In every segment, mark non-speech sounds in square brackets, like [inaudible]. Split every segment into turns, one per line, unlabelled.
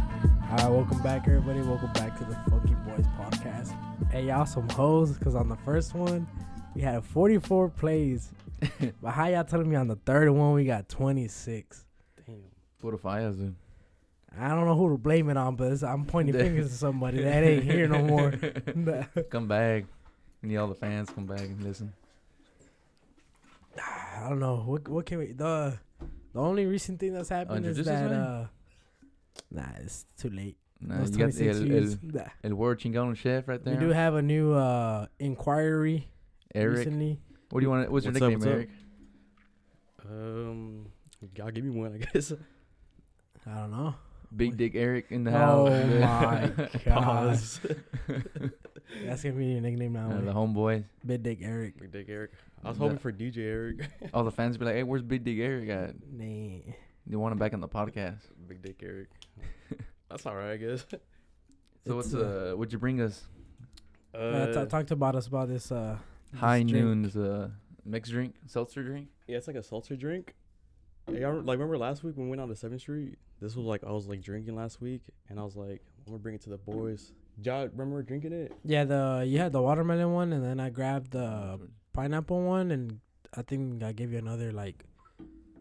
right, welcome back, everybody. Welcome back to the Funky Boys podcast. Hey, y'all, some hoes, because on the first one, we had 44
[laughs]
plays. but how y'all telling me on the third one, we got 26?
Put a fire then.
I don't know who to blame it on, but it's, I'm
[laughs]
pointing fingers at somebody that ain't here no more.
Come back. And all the fans come back and listen.
I don't know. What what can we the the only recent thing that's happened is
Introduce
that uh
yourself.
nah, it's too late.
Nah,
Those
you got the
26
el,
years,
el,
nah.
el word chingón chef right
We
there.
do have a new uh inquiry
Eric.
recently.
What do you want? What's your
What's up,
nickname,
what's
Eric?
up? Um, y'all give me one, I
[laughs]
guess.
I don't know.
Big Dick Eric in the
oh
house. [laughs]
my god.
Pause.
That's gonna be your nickname now.
Uh, the
Wayne.
homeboy.
Big Dick Eric.
[laughs] Big Dick Eric. I was
Nah.
hoping for DJ Eric. [laughs]
All the fans be like, "Hey, where's Big Dick Eric at?
Nah.
They want him back on the podcast."
Big Dick Eric. That's all right, I guess.
So
It's,
what's uh, what'd you bring us?
[laughs]
Uh,
uh, t- talked about us about this uh this
High
drink.
noons uh mixed drink, seltzer drink.
yeah, it's like a seltzer drink. Yeah, y'all re- like remember last week when we went out to Seventh Street? This was like I was like drinking last week, and I was like, I'm gonna bring it to the boys. Did Y'all remember drinking it?
Yeah, the you had the watermelon one and then I grabbed the pineapple one and I think I gave you another like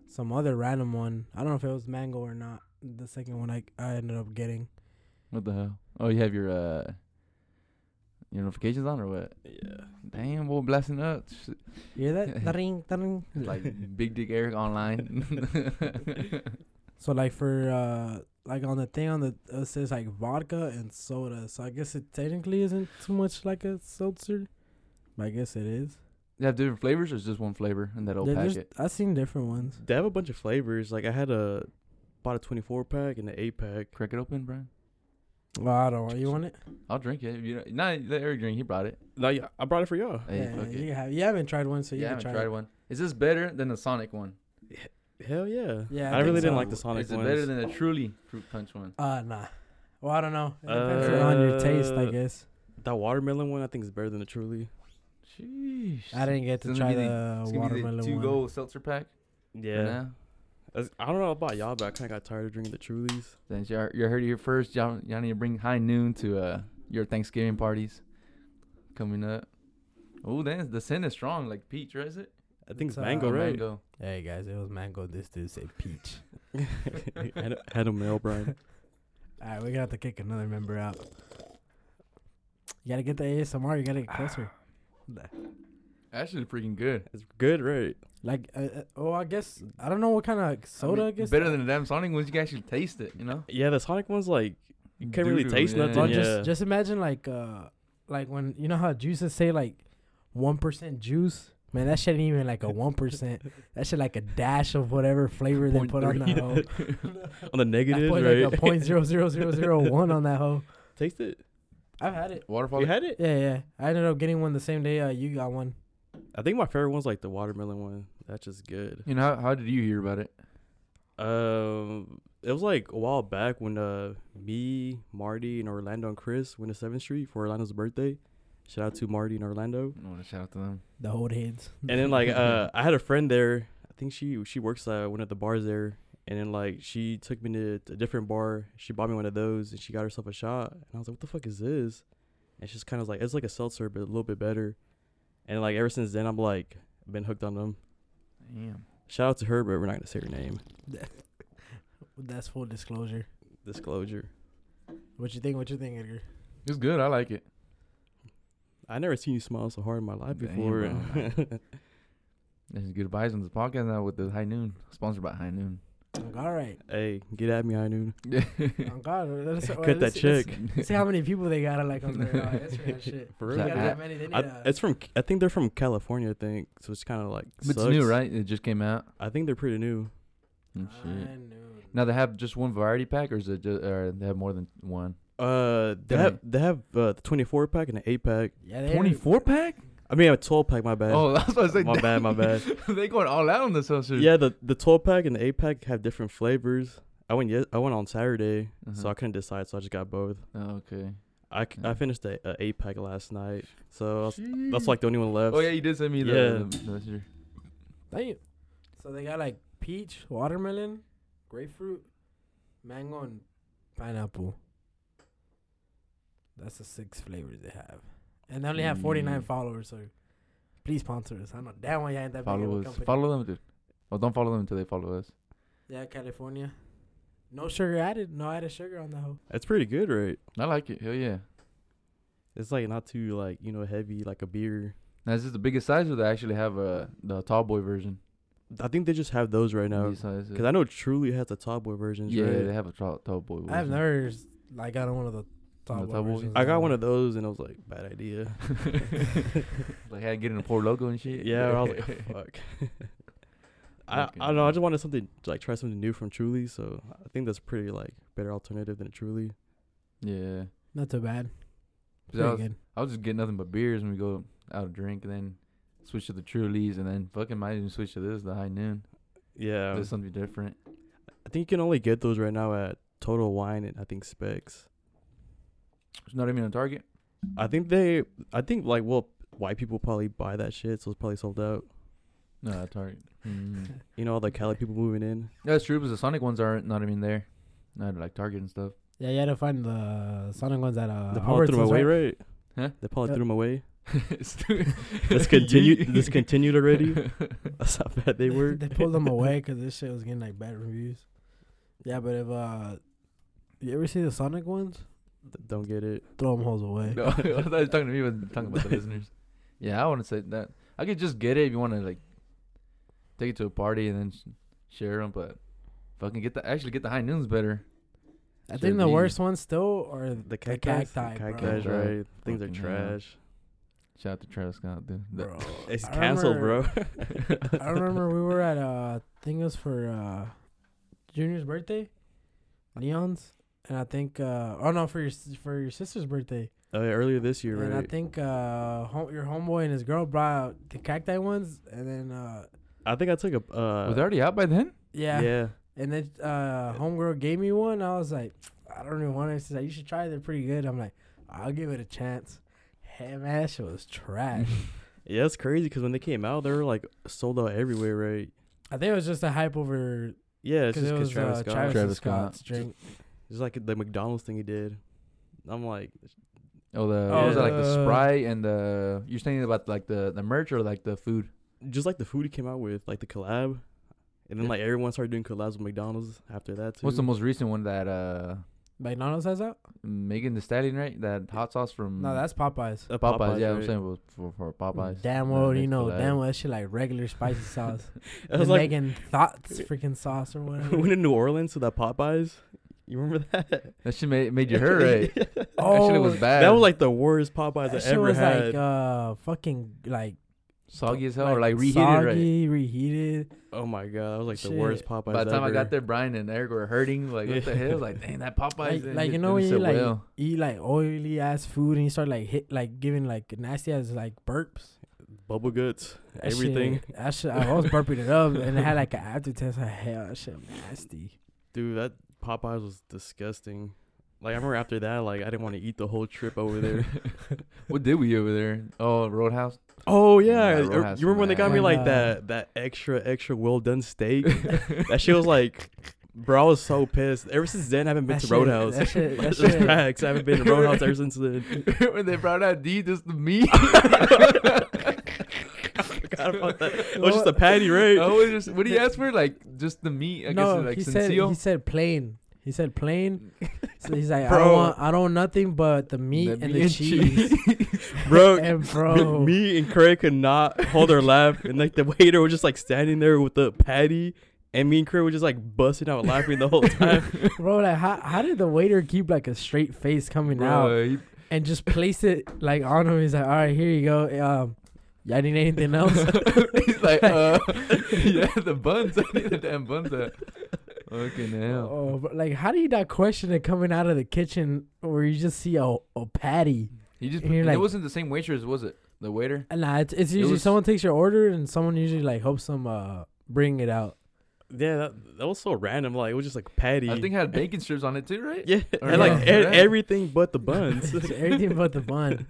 some other random one. I don't know if it was mango or not. The second one I I ended up getting.
What the hell? Oh, you have your uh your notifications on or what?
Yeah.
Damn, boy, blasting up.
You hear
[laughs]
that? Ding, ding. [laughs]
like Big Dick Eric online. [laughs]
So like for uh like on the thing on the uh, it says like vodka and soda. So I guess it technically isn't too much like a seltzer. But I guess it is.
they have different flavors or it's just one flavor in that old
There- there's-
packet?
I've seen different ones.
They have a bunch of flavors. Like I had a bought a 24 pack and an 8 pack.
Crack it open, Brian.
Well, I don't want you want it.
I'll drink it. If you don't, not let Eric drink. He brought it.
No, yeah, I brought it for y'all.
Hey,
yeah,
fuck it.
you have you haven't tried one, so you
yeah, I
can
haven't
try.
tried
it.
one. Is this better than the Sonic one?
Hell yeah.
Yeah, I
I, really
think
didn't
so.
like the Sonic
Is it
ones.
better than the Truly Fruit Punch one?
Uh nah. Well, I don't know. It depends on your taste, I
Uh,
guess.
that watermelon one, I think, is better than the Truly.
Sheesh.
I didn't get to
it's
try
gonna be
the
It's gonna be the
watermelon
two
one.
go seltzer pack. for now.
As- I don't know about y'all, but I kind of got tired of drinking the Trulies.
Then y'all, you heard it here first. Y'all, y'all need to bring High Noon to uh, your Thanksgiving parties coming up. Oh, then the scent is strong, like peach, right? Is it?
I think
It's,
it's
uh,
mango,
Oh,
right?
Mango.
Hey guys, it was mango. This dude said peach.
[laughs] had, a, had a male, Brian.
All right, we're gonna have to kick another member out. You gotta get the ASMR. You gotta get closer.
Actually, freaking good.
It's good, right?
Like, uh, uh, oh, I guess I don't know what kind of soda. I,
mean,
guess
better than the damn Sonic ones. You can actually taste it. You know.
Yeah, the Sonic one's like you can't really
Doo-doo,
taste
yeah.
nothing.
Well,
yeah.
just just imagine like uh like when you know how juices say like one percent juice. Man, that shit ain't even like a one
[laughs]
percent. That shit like a dash of whatever flavor they
Point
put on
three.
that
[laughs]
hoe.
[laughs] on
I
the negative,
put
right?
like a Oh.
[laughs]
point zero zero zero zero one on that hoe.
taste it.
I've had it.
Waterfall.
You had it.
Yeah, yeah. I ended up getting one the same day uh, you got one.
I think my favorite one's like the watermelon one. That's just good.
You know, how, how did you hear about it?
Um, it was like a while back when uh me, Marty, and Orlando and Chris went to Seventh Street for Orlando's birthday. Shout out to Marty and Orlando.
I want to shout out to them.
The old heads.
And then
[laughs]
like uh, I had a friend there. I think she she works at one of the bars there. And then like she took me to a different bar. She bought me one of those, and she got herself a shot. And I was like, "What the fuck is this?" And she's kind of like, "It's like a seltzer, but a little bit better." And like ever since then, I'm like been hooked on them.
Damn.
Shout out to her, but we're not gonna say her name.
[laughs] That's full disclosure.
Disclosure.
What you think? What you think, Edgar?
It's good. I like it.
I never seen you smile so hard in my life
Damn,
before.
bro. There's good vibes on this podcast now with the High Noon, sponsored by High
[laughs]
Noon. [laughs]
Like, all right.
[laughs] hey, get at me, I noon.
Oh, God.
[laughs]
Let's, well,
Cut that
let's- let's
check.
See how many people they got to like on their uh, Instagram shit.
For
They
real.
got that
I-
many. They need
I,
a-
it's from I think they're from California, I think. So it's kind of like
But it's new,
sucks.
right? It just came out.
I think they're pretty new.
Oh, shit.
I knew.
Now they have just one variety pack, or is it just, or they have more than one?
Uh, they
Don't
have they have uh, the 24 pack and the 8 pack.
Yeah, they
Twenty four pack?
I mean, a 12 pack. My bad.
Oh, [laughs] that's what I was like.
my bad.
[laughs]
My bad.
they going all out on this seltzer.
Yeah, the the 12 pack and the 8 pack have different flavors. I went yes, I went on Saturday, so
Uh-huh.
I couldn't decide, so I just got both.
Oh, okay.
I, c- I
Yeah.
finished the uh, 8 pack last night, so I was- that's like the only one left.
Oh yeah, you did send me the.
Yeah.
the- the seltzer.
Damn. So they got like peach, watermelon, grapefruit, mango, and pineapple. That's the six flavors they have, and they only have forty nine
Mm.
followers. So please sponsor us. I know damn well you ain't that big of
Follow
a
us.
company.
Follow them, dude. Well, don't follow them until they follow us.
Yeah, California. No sugar added. No added sugar on the hoe.
It's pretty good, right?
I like it. Hell yeah.
It's like not too like you know heavy like a beer.
Now, is this the biggest size or they actually have uh, the tall boy version?
I think they just have those right now.
These sizes.
Cause I know Truly has the Top Boy versions.
yeah,
right?
they have a tall, tall boy version.
I have never s- like got one of the
The
top.
top
one
one?
versions,
I got
um,
one of those and I was like, bad idea. [laughs]
[laughs] like, had to get in a poor logo and shit.
Yeah, I
[laughs]
was like, fuck. I, I don't know. I just wanted something to, like try something new from Truly, so I think that's pretty like better alternative than Truly.
yeah.
Not too bad.
'Cause I
Pretty
was,
good.
I was just getting nothing but beers when we go out to drink and then switch to the True Lees and then fucking might even switch to this, the High Noon.
Yeah,
There's something different.
I think you can only get those right now at Total Wine and I think Specs.
It's not even on Target.
I think they, I think like well, white people probably buy that shit, so it's probably sold out.
No, at
[laughs]
Target. Mhm.
You know, all the Cali people moving in.
That's true because the Sonic ones aren't not even there. Not at, like Target and stuff.
Yeah, you had to find the Sonic ones at uh.
They probably threw them
Albertsons,
away,
right?
right?
Huh?
They probably
Yeah.
threw them away. [laughs]
[laughs] Stu-
This continued.
Yeet.
this continued already. That's how
[laughs]
bad they were.
they pulled them away because this shit was getting like bad reviews. Yeah, but if uh, you ever see the Sonic ones,
Don't get it.
throw them holes away.
No, [laughs] I thought you were talking to me, but talking about the listeners. Yeah, I want to say that. I could just get it if you want to like take it to a party and then sh- share them, but fucking get the actually get the high noons better.
I
Should've
think the
been
worst ones still are
The
the
cacti,
cacti.
cacti,
bro.
Cacti.
right? Things are
Fucking hell.
trash.
Shout out to Travis Scott, dude. The-
Bro.
It's
I
canceled,
remember- [laughs]
bro.
I
[laughs]
remember we were at uh, I think it was for uh, Junior's birthday, Leon's, and I think uh, oh no, for your s- for your sister's birthday,
Uh, earlier this year,
and
right?
I think uh, home, your homeboy and his girl brought out the cacti ones, and then uh,
I think I took a. Uh,
was they already out by then?
yeah,
yeah.
And then uh, homegirl gave me one. I was like, I don't even want it. She's like, you should try it. They're pretty good. I'm like, I'll give it a chance. Hey, man, that shit was trash.
Yeah, it's crazy because when they came out, they were like sold out everywhere, right?
I think it was just a hype over
Yeah, it's
because
just
it was
because Travis
uh,
Scott.
Travis,
Travis
Scott's
Scott.
drink.
Just like the McDonald's thing he did. I'm like,
Oh, the
Oh,
what was it, like the
the-
Sprite and the you're saying about like the the merch or like the food?
just like the food he came out with, like the collab, and then
Yeah.
like everyone started doing collabs with McDonald's after that too.
What's the most recent one that uh
McDonald's has that?
Megan the Stallion, right? That hot sauce from
No, that's Popeyes.
Uh,
Popeyes. yeah, I'm
right? [laughs]
saying was for, for Popeyes.
Damn
the
well, you
next
know,
collab.
damn well, that shit like regular spicy sauce.
I
the
was [laughs] like,
Megan Thoughts freaking sauce or
[laughs]
whatever.
went to New Orleans to that Popeyes. You remember that?
That shit made, made
[laughs]
you hurt, right? that shit
oh,
was bad.
That was like the worst Popeyes
that
I
shit
ever
was
had.
like uh, fucking like
soggy as hell, or like reheated, right?
soggy, reheated.
oh my god, that was like the worst
Shit.
Popeyes.
By the time I
ever.
got there, Brian and Eric were hurting. Like, what the
Yeah.
hell? I was Like, dang, that Popeyes.
like,
didn't
like you
hit-
know when
didn't
you
sit
like
well.
eat like oily ass food and you start like hit like giving like nasty ass like burps.
bubble guts,
That
everything.
Shit, that shit, I was burping it up and it had like an aftertaste. Like hell, that shit nasty.
Dude, that Popeyes was disgusting. Like I remember after that, like I didn't want to eat the whole trip over there.
what did we eat over there? Oh, Roadhouse.
[laughs] oh
Yeah,
yeah,
that
you
roadhouse was
remember when they got me
mad.
like
And, uh,
that that extra extra well done steak? [laughs] that
[laughs]
shit was [laughs] like, bro, I was so pissed. Ever since then, I haven't been
That
to
shit- [laughs]
Roadhouse.
that shit- that
[laughs]
That's
shit-
facts. I haven't been to Roadhouse ever since then.
when they brought out D, just the
[laughs]
meat. [laughs]
God, fuck that. It was just a patty, right?
I oh, was just, what do you ask for? Like, just the meat. I
no,
guess like
he said
Sencillo?
he said plain. He said plain. So he's like, I
Bro.
don't want, I don't want nothing but the meat
The
and
meat
the cheese.
bro.
and bro,
Me and Craig could not hold our laugh, and like the waiter was just like standing there with the patty, and me and Craig were just like busting out laughing [laughs] the
[laughs]
whole time.
bro, like how, how did the waiter keep like a straight face coming out?
Bro, he-
and just place it like on him. He's like, all right, here you go. Um, y'all need anything else?
[laughs] He's
[laughs]
like, uh, [laughs] yeah, the buns. [laughs] I need the damn buns. Out. Fucking hell.
oh, but like, how do you not question it coming out of the kitchen where you just see a, a patty?
He just.
And you're
and it
like-
wasn't the same waitress, was it? The waiter.
And nah, it's, it's usually
was-
someone takes your order and someone usually like helps them uh bring it out. [laughs]
Yeah, that, that was so random. Like it was just like patty.
I think
[laughs]
it had bacon strips on it too, right?
yeah,
Or
and like
not,
e-
right?
everything but the
[laughs]
buns.
It's everything but the
[laughs]
bun.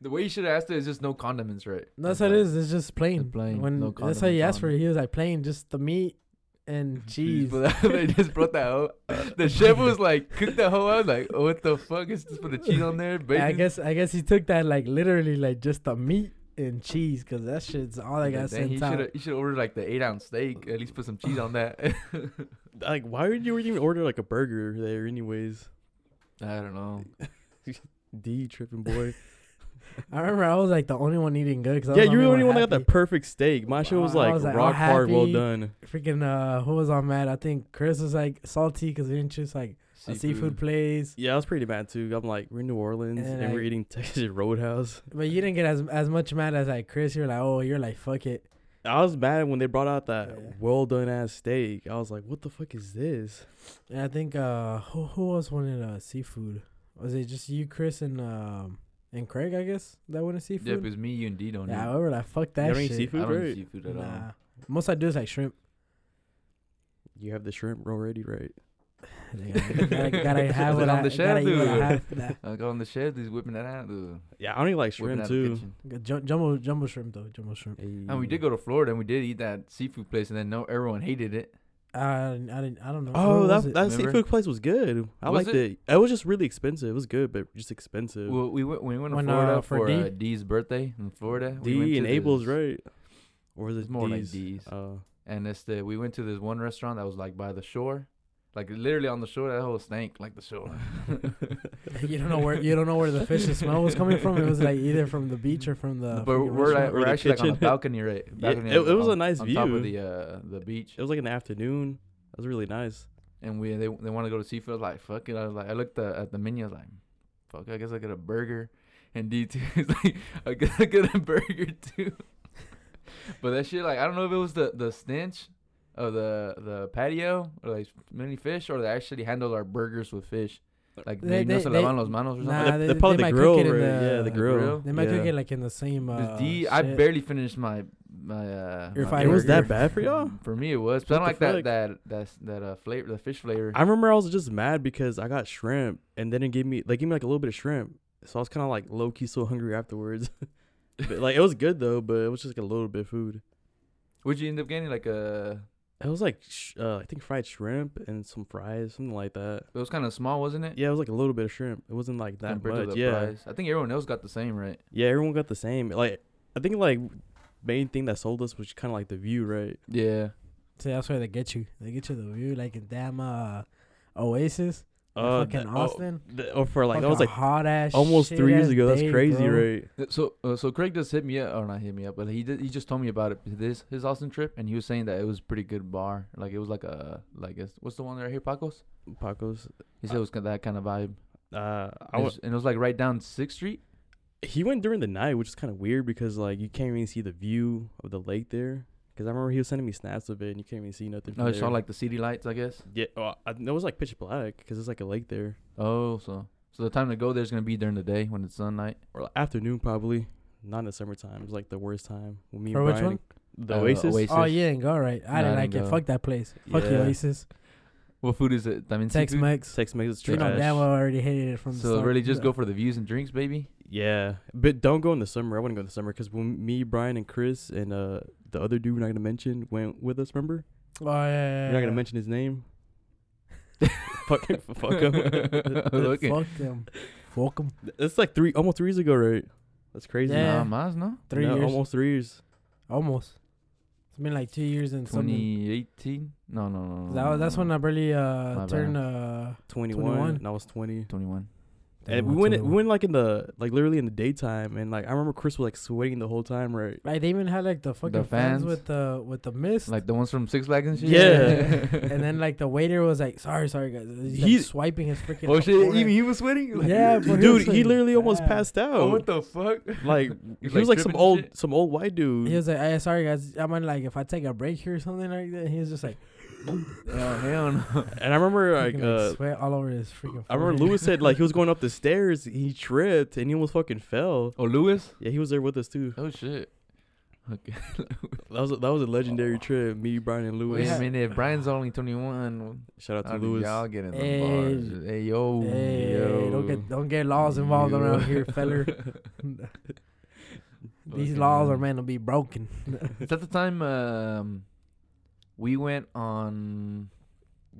The way you should have asked it is just no condiments, right?
That's what it is. It's just plain.
It's plain,
When
no
that's how you
condiments
asked for
on
it, he was like plain, just the meat
[laughs]
and cheese.
But they just brought that
[laughs]
out.
Uh,
The chef was like, cooked the whole out. Like, what the fuck is this? Put the cheese
[laughs]
on there. Bacon.
I guess I guess he took that like literally like just the meat and cheese because that shit's all I got
Dang,
sent
he
out.
should you should order like the eight ounce steak. At least put some cheese on that. [laughs] I
[laughs] Like, why would you even order like a burger there, anyways?
don't know.
D tripping boy.
I remember I was like the only one eating good. Cause I was
yeah, you were the only
only
one that got that perfect steak. My shit was
Wow, I
like
was, like, all
rock hard, well
happy.
done.
Freaking uh, who was on mad? I think Chris was like salty because we didn't choose like a seafood place.
Yeah, I was pretty mad too. I'm like, we're in New Orleans
And
and,
I-
we're eating Texas Roadhouse.
But you didn't get as as much mad as like Chris. You're like, oh, you're like fuck it.
I was mad when they brought out that
Yeah.
well done ass steak. I was like, what the fuck is this?
And I think uh, who who else wanted uh seafood? Was it just you, Chris, and um and Craig? I guess that wanted
Yep,
seafood.
it's me, you, and D don't
yeah,
eat.
we were like, fuck
You
that
don't eat
shit.
seafood?
I don't
right?
eat seafood at all.
Nah, most I do is like shrimp.
[laughs]
You have the shrimp already, right?
gotta, gotta, gotta have
Is it
what
on
I,
the
gotta
shelf,
eat what I
dude?
have. Nah.
Like on the chef, he's whipping that out. Ugh.
Yeah, I don't even like
Whipping
shrimp
out the
too.
kitchen.
Good ju- Jumbo, jumbo shrimp though, jumbo shrimp.
And Oh, we did go to Florida, and we did eat that seafood place, and then no, everyone hated it.
Uh, I didn't, I don't know.
Oh,
Where was
that,
it?
that
Remember?
seafood place was good. I
Was
liked it? it. was just really expensive. It was good, but just expensive.
Well, we went we went to
When,
Florida
uh, for
for,
D?
Uh, D's birthday in Florida. we went
D
to
and Abel's,
this-
right? Or is it
It's more like
D's?
D's.
Oh.
And it's the, we went to this one restaurant that was like by the shore, like literally on the shore. That whole stank like the
[laughs]
shore. [laughs]
[laughs] you don't know where you don't know where the fishy smell was coming from. It was like either from the beach or from the.
but we're,
fucking
we're,
restaurant.
at,
Or
we're
the
actually like on a
kitchen.
balcony, right?
Yeah,
Balcony
it-
on-
it was a
on-
nice
on top of
view.
the uh, the beach.
It was like an afternoon. It was really nice.
And we they they want to go to seafood. I was like fuck it. I was like I looked at, at the menu. I was like fuck. I guess I get a burger. And D two [laughs] is like I guess I get a burger too. [laughs] but that shit like I don't know if it was the the stench of the the patio or like many fish or they actually handled our burgers with fish. Like
They-
they, no
they-
se
they-
lavan los manos or something.
Nah, they-
they, probably
they might
the
cook
grill,
it in
right?
the-
yeah,
The
the grill.
grill?
They might
yeah.
cook it like in the same. Uh,
Because D, I
shit.
barely finished my my. Uh,
Your
my
fire-
It was
burger.
that bad for y'all.
For me, it was. But I don't
What
like
the
that
fuck?
that that that uh flavor, the fish flavor.
I remember I was just mad because I got shrimp and then it gave me they gave me like a little bit of shrimp. So I was kind of like low key so hungry afterwards. [laughs] but, like it was good though, but it was just like a little bit of food.
Would you end up getting like uh, a?
It was like sh- uh, I think fried shrimp and some fries, something like that.
It was kind of small, wasn't it?
Yeah, it was like a little bit of shrimp. It wasn't like that
Compared to
much.
the
Yeah,
price. I think everyone else got the same, right?
yeah. Everyone got the same. Like I think like main thing that sold us was kind of like the view, right?
Yeah.
See, that's where they get you. They get you the view, like in damn uh, Oasis, in fucking
the- oh,
Austin.
the- or for like that
Fucking
was like
hot ass.
almost
shit
three years
ass
ago. That's
day,
crazy,
bro.
right?
So uh, so Craig just hit me up, or not hit me up, but he did, he just told me about it. This his Austin trip, and he was saying that it was pretty good bar. Like it was like a like it's, what's the one right here, Paco's?
Paco's.
He said it was kinda that kind of vibe,
Uh, I
It
was,
was- and it was like right down Sixth Street.
he went during the night, which is kind of weird because like you can't even see the view of the lake there. Because I remember he was sending me snaps of it, and you can't even see nothing.
Oh,
No,
from
it's all
there.
like the city lights, I guess.
yeah, well, I, it was like pitch black because it's like a lake there,
Oh, so so the time to go there's gonna be during the day when it's sunlight.
or like, afternoon probably. Not in the summertime. It was like the worst time. When me
For
and
which
Brian,
one?
The
Uh,
Oasis.
Oasis.
Oh, you didn't go right. I
Nah,
didn't
I
like
didn't
it.
go.
Fuck that place. Fuck
Yeah.
the Oasis.
What food is it? I mean,
Tex
seafood?
Mex.
Tex Mex is
You
trash.
know damn well I already hated it from the
So
start.
really, just go for the views and drinks,
[laughs]
baby.
Yeah, but don't go in the summer. I wouldn't go in the summer because when me, Brian, and Chris, and uh the other dude we're not gonna mention went with us. Remember?
Oh yeah, yeah,
We're not
yeah.
gonna mention his name. fuck him. Fuck him.
[laughs] Look at-
Fuck them. Fuck 'em.
That's like three, almost three years ago, right? That's crazy.
Yeah.
Nah, mine's no.
Three
No,
years. Almost.
almost three years.
It's been like two years and something.
2018? No, no, no. no,
'Cause That was, that's when I barely uh
My
turned uh.
21,
21.
and I was 20.
21. Eh,
And we went, we went like in the, like literally in the daytime. And like, I remember Chris was like sweating the whole time, right?
Like they even had like the fucking fans.
fans.
with the with the mist.
Like the ones from Six Flags and shit? [laughs]
Yeah.
and then like the waiter was like, sorry, sorry guys. He's, like,
He's-
swiping his freaking.
oh shit,
forehead.
even he was sweating? Like,
Yeah, but
Dude,
was
he,
like,
literally almost
"Yeah."
passed out.
Oh, [laughs] what the fuck?
like, he
He's,
was like some
tripping
old,
and shit.
some old white dude.
He was like, hey, sorry guys, I'm like, if I take a break here or something like that, he was just like,
Oh, hell no.
and I remember like,
freaking,
uh,
like sweat all over his freaking.
I remember
forehead.
Lewis said like he was going up the stairs, he tripped and he almost fucking fell.
[laughs] Oh, Lewis?
Yeah, he was there with us too.
Oh, shit. Okay.
That was a, that was a legendary trip. Me, Brian, and
Wait
Lewis.
Yeah.
a minute. Brian's only 21.
Shout out
How
to
did
Lewis.
y'all get in the
Hey.
bars? Hey, yo.
[laughs] Hey,
yo.
don't get don't get laws involved
Yo.
around here,
[laughs]
feller. These
Fucking
laws
hell.
are meant to be broken.
Is that the time um, We went on.
[laughs]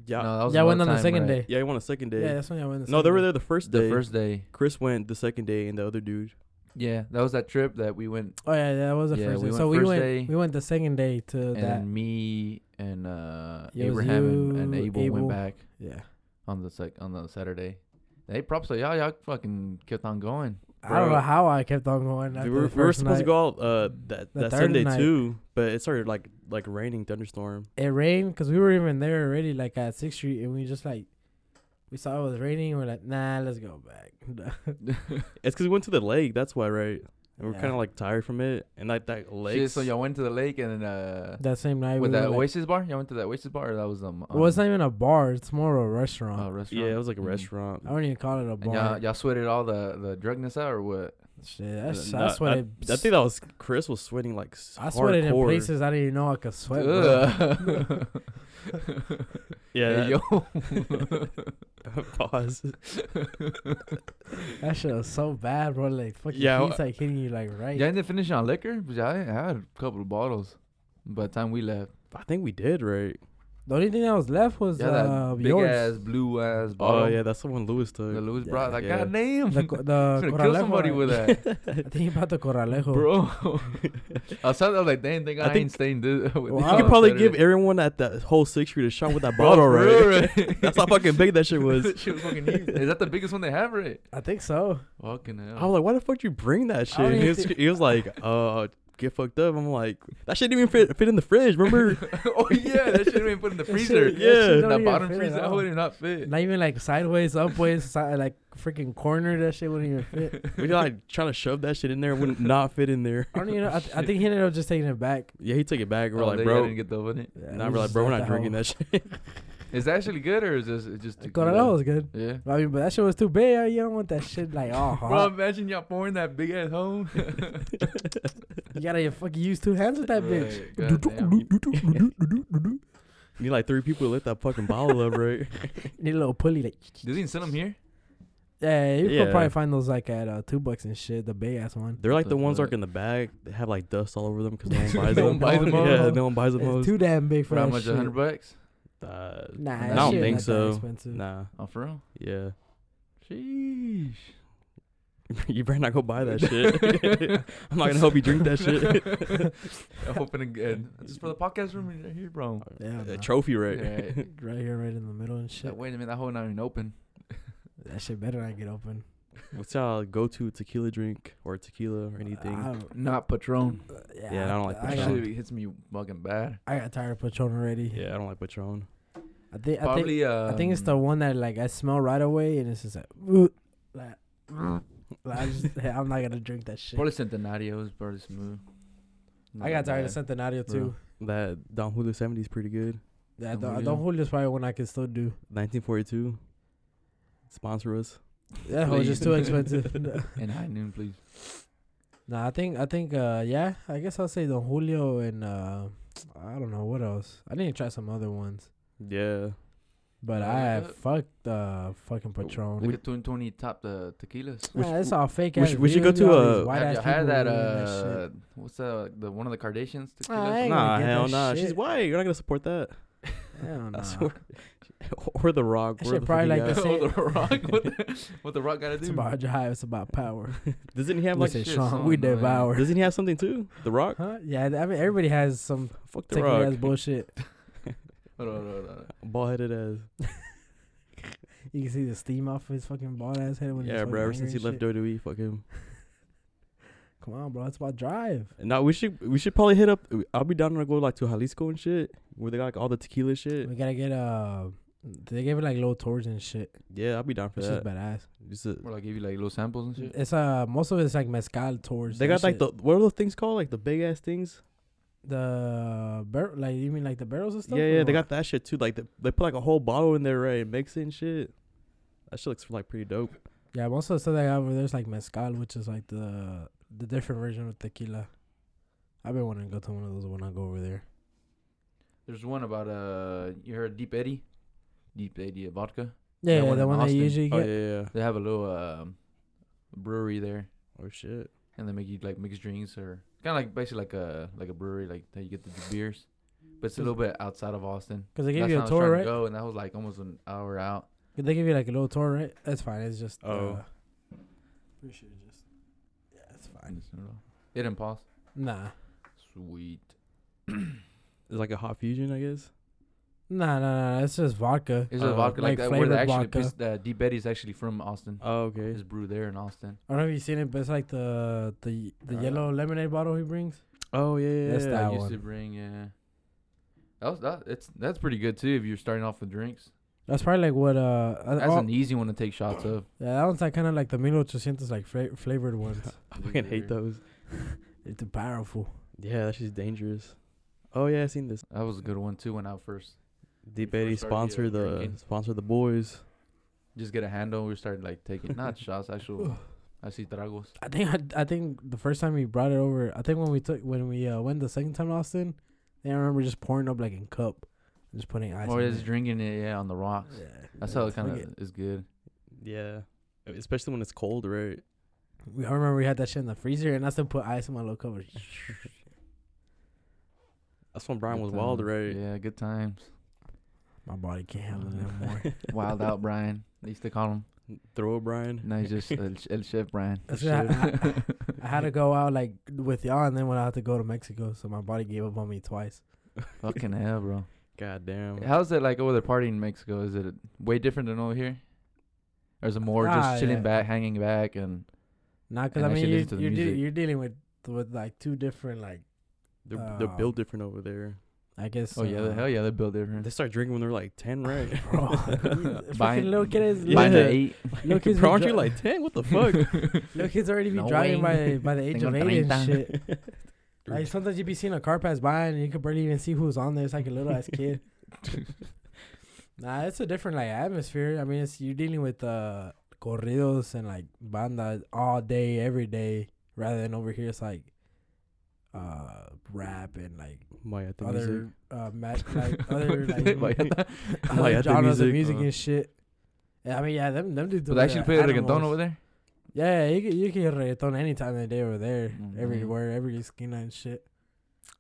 Yeah,
No, that was
Yeah, I went
another
on the
time,
second
right?
day.
yeah. You went on the second day.
Yeah, that's when I went. The
no, they
second
were
day.
there the first
The
day.
first day.
Chris went the second day, and the other dude.
Yeah, that was that trip that we went,
Oh yeah, that was the
Yeah,
first
we
day.
went
So we
first
went.
day.
We went the second day to
and
that.
then me and uh,
It was
Abraham and, and
you,
Abel, went
Abel.
back
Yeah,
on the sec- on the Saturday. Hey, props to y'all. Y'all fucking kept on
[laughs]
going.
I don't
Bro.
know how I kept on going. After
we, were,
the
we
first
were supposed to
night.
go out uh, that,
The
that
third
Sunday
night.
too, but it started like like raining thunderstorm.
It rained because we were even there already, like at Sixth Street, and we just like we saw it was raining. We're like, nah, let's go back. [laughs]
It's because we went to the lake. That's why, right? And we're
Yeah.
kind of like tired from it, and like that lake.
Shit, so y'all went to the lake and then uh,
that same night,
with
we
that
were, like,
Oasis bar. Y'all went to that Oasis bar. Or that was um.
well, it's
um,
not even a bar; it's more of a
uh,
restaurant.
restaurant.
yeah, it was like a
Mm-hmm.
Mhm.
restaurant.
I wouldn't even call it a
And y'all,
bar.
y'all sweated all the the drugness out or what?
Shit, that's,
No,
that's what
I,
it.
I think that was Chris was sweating like s-
I sweated in
hardcore.
places I didn't even know I could sweat. bro.
Ugh.
[laughs] Yeah,
Hey,
that-
yo.
[laughs] pause.
That shit was so bad, bro. Like fucking,
Yeah,
yeah,
wha-
he's like hitting you like right.
Y'all didn't finish on liquor? But y'all didn't- I had a couple of bottles by the time we left.
I think we did right.
The only thing that was left was
Yeah, that
uh,
big
yours.
ass blue ass bottle.
Oh yeah, that's the one Lewis took.
The Louis
Yeah,
brought like
yeah.
[laughs]
goddamn.
the
[laughs]
[laughs]
co- the
gonna kill
Corralejo,
somebody
I- [laughs]
with that,
I think he bought the Corralejo.
[laughs]
bro. I was telling- I was like, dang, thank God I,
I think-
ain't staying this. [laughs] with
Wow.
this
You
You
on
could probably
Saturday.
give everyone at that whole six street a shot with [laughs] that
[laughs] Bro,
bottle,
for
right?
real, right?
[laughs] That's how fucking big that shit
[laughs]
was.
That shit was fucking huge. Is that the biggest one they have, right?
I think so.
Fucking hell.
I was like, why the fuck you bring that shit?
don't
And he,
even [laughs]
was, he was like, uh, get fucked up. I'm like, that shit didn't even fit, fit in the fridge, [laughs] remember?
[laughs] oh yeah, that shit ain't put in
[laughs]
the
That shit-
freezer.
that
Yeah.
shit
In
In
don't
the
even
bottom
fit at
freezer, that
all.
would not fit.
Not even like sideways, upways, side, like freaking corner. That shit wouldn't even fit.
we like trying to shove that shit in there. It [laughs] would not fit in there.
I don't even know. I, th- I think he ended up just taking it back.
Yeah, he took it back. We're
Oh,
like,
they- I
bro,
didn't get the one in.
Yeah,
nah,
we
we're like,
just
bro, we're
left
not drinking that shit. [laughs]
Is that actually good or is this it just?
whole-
tequila?
Corralejo was good.
Yeah.
I mean, but that shit was too big. uh, You don't want that shit
[laughs]
like oh, all
Bro,
hot.
imagine y'all pouring that big ass home. [laughs]
you gotta fucking use two hands with that bitch.
you need like three people to lift that fucking bottle up, right?
Need a little pulley. Like,
Does he send them here?
yeah, you
Yeah.
could probably find those like at uh, two bucks and shit. The big ass one.
[laughs] They're like
The
the ones
fuck?
like in the bag. They have like dust all over them
[laughs]
because no one buys
No one buys
them.
them all.
[laughs] Yeah, no one buys them.
It's
Most.
too damn big for
For how
that
much? A
shit.
hundred bucks?
Uh,
Nah,
I
that
don't
shit
think
not that
so.
Expensive.
nah,
Oh, for real?
yeah. [laughs]
[laughs]
Sheesh.
you better not go buy that shit. [laughs] I'm not gonna help you drink
[laughs]
that shit. [laughs]
[laughs] I'm hoping again. Just for the podcast room right here, bro.
Yeah,
A
nah.
trophy, right?
Right.
right here, right in the middle and shit.
Like, wait a minute, that hole not even open.
That shit better not get open.
[laughs] What's y'all go-to tequila drink or tequila or
I
anything?
don't-
Not Patron.
uh, yeah,
Yeah, I don't like
I
That
got,
Patron.
shit hits me fucking bad.
I got tired of Patron already.
Yeah, I don't like Patron.
I think I think,
Probably. uh.
I think it's the one that like I smell right away, and it's just like, "Ugh," like, Mm. like, I just, I'm not gonna drink that shit.
Probably Centenarios, probably smooth.
I got tired of Centenario too.
That Don Julio 70 is pretty good.
Yeah,
Don
Don,
Julio.
Don Julio's probably one I can still do.
1942. Sponsor us.
That was just too
Please.
expensive. [laughs]
And high noon, please.
nah, I think I think uh yeah, I guess I'll say Don Julio and uh I don't know what else. I need to try some other ones,
Yeah.
but
Yeah,
I
uh,
have fucked uh fucking Patron.
Look at 220 top the tequilas.
We
Nah,
should-
it's all fake.
we
ass
should- we should go
videos,
to,
all these
uh,
white
Have
ass
you had
people
that?
reviewing that
Uh,
shit.
what's the the one of the Kardashians
I
tequilas?
ain't
Nah,
gonna get
hell
that
nah. She's
shit.
white. You're not gonna support that.
[laughs]
Hell
I
nah.
swear. or The Rock.
That
where
shit
the
probably
fuck he
like
at?
the
Oh,
same- [laughs]
the rock. [laughs] What the, what the rock got to
It's
do?
about drive. It's about power.
[laughs] Doesn't he have
we
like?
say-
said,
shit
Sean,
song,
we
though, yeah.
devour.
Doesn't he have something too? The
[laughs]
Rock.
Huh? Yeah, I mean everybody has some
Fuck The
tickly ass
Rock.
bullshit.
Hold on, hold on, hold on.
Bald headed ass.
You can see the steam off his fucking bald ass head when he's
Yeah,
fucking
bro. Ever
angry
since he
and
left
shit.
WWE, fuck him.
Come on, bro. It's about drive.
No, we should we should probably hit up. I'll be down to go like to Jalisco and shit, where they got like all the tequila shit.
We gotta get uh, they gave it like low tours and shit,
Yeah, I'll be down for
which is
that.
badass.
Just a-
Or like give you like little samples and shit.
It's uh, most of it's like mezcal tours.
they
and
got like
shit.
the what are those things called? Like the big ass things.
the bar- like you mean like the barrels and stuff.
yeah,
or
yeah, they
what?
got that shit too. Like the, they put like a whole bottle in there, right? And mix it and shit. That shit looks like pretty dope.
Yeah, most of the stuff they got over there is like mezcal, which is like the the different version of tequila. I've been wanting to go to one of those when I go over there.
There's one about uh, you heard Deep Eddy, Deep Eddy vodka.
Yeah,
one
the
in
one they
Austin.
usually
Oh
get.
yeah, yeah. yeah.
They have a little um, brewery there,
Oh shit.
and they make you like mixed drinks or kind of like basically like a like a brewery like that you get the beers, but it's a little bit outside of Austin.
Because they gave
Last
you
time
a
I was
tour,
trying
right?
To go, and that was like almost an hour out.
Did They give you like a little tour, right? That's fine. It's just.
Oh.
Uh, pretty sure just. Yeah, it's fine.
It didn't pause.
Nah,
Sweet.
It's like a hot fusion, I guess.
nah, nah, nah. It's just vodka.
It's a
Oh,
vodka like,
Uh, like
that where they
flavored
actually
vodka.
pissed, uh, D Betty's actually from Austin.
Oh, okay.
It's brewed there in Austin.
I don't know if you've seen it, but it's like the the the
Uh,
yellow lemonade bottle he brings.
Oh yeah, yeah.
That's
yeah.
that
I used
one.
to bring yeah. That was that. It's that's pretty good too. If you're starting off with drinks,
That's probably like what uh. I-
that's
oh,
an easy one to take shots of.
yeah, that one's like kind of like the 1800s like fla- flavored ones.
[laughs] I fucking hate those.
it's powerful.
Yeah, that shit's dangerous. Oh yeah, I seen this.
That was a good one too. When I first
D
first started,
Betty
yeah,
sponsor the
drinking.
sponsor the boys.
just get a handle, we started like taking
[laughs]
not shots, actual. I see tragos.
I think I, I think the first time we brought it over, I think when we took when we uh, went the second time to Austin, then I remember just pouring up like in cup, and just putting ice.
Or
in
is
it.
drinking it, yeah, on the rocks.
Yeah.
That's how it
Fuck
kind of is good.
Yeah, E, especially when it's cold, right?
We- I remember we had that shit in the freezer, and I still put ice in my little cup.
That's when Brian
Good
was wild,
times.
[laughs] right?
Yeah, good times.
My body
Uh,
can't handle it
[laughs]
anymore.
Wild out, Brian. They used to call him.
Throw Brian.
Now he's
[laughs]
just El, El Chef Brian.
That's what I, I, I had to go out like with y'all, and then when I had to go to Mexico, so my body gave up on me twice.
Fucking hell, bro.
God damn.
How's it like over there partying in Mexico? Is it way different than over here? Or is it more
Ah,
just chilling
yeah.
back, hanging back, and
Not because
And
I
actually
mean you,
listen to the
you're de-
music.
you're dealing with with like two different like
They're, they're
Um,
built different over there.
I guess.
oh yeah,
uh,
the hell yeah, they built
They
different.
start drinking when they're like
[laughs]
ten, right? [laughs]
[laughs]
Bro, fucking
Buying-
little kids,
yeah.
Mine
little,
at eight.
[laughs]
[laughs]
little kids,
Bro,
be
aren't you
dri-
like ten? What the
[laughs]
fuck?
little kids already be
No
driving by
way. [laughs]
by the age
Tengo
of eight and
30.
shit.
[laughs]
Like sometimes you be seeing a car pass by and you could barely even see who's on there. It's like a little ass
[laughs]
kid. nah, it's a different like atmosphere. I mean, it's you're dealing with uh corridos and like banda all day, every day, rather than over here it's like uh rap and like
Maya, the music.
other
[laughs]
uh mat, like other [laughs]
[laughs]
like
Vaya-
other
Like, at the
genres of music
music, uh,
and shit. Yeah, I mean, yeah, them them dudes.
But
over
they actually play
there are
reggaeton
animals.
over there.
Yeah, you can, you can hear reggaeton any time of the day over there,
Mm-hmm.
Mhm.
everywhere, every esquina and shit.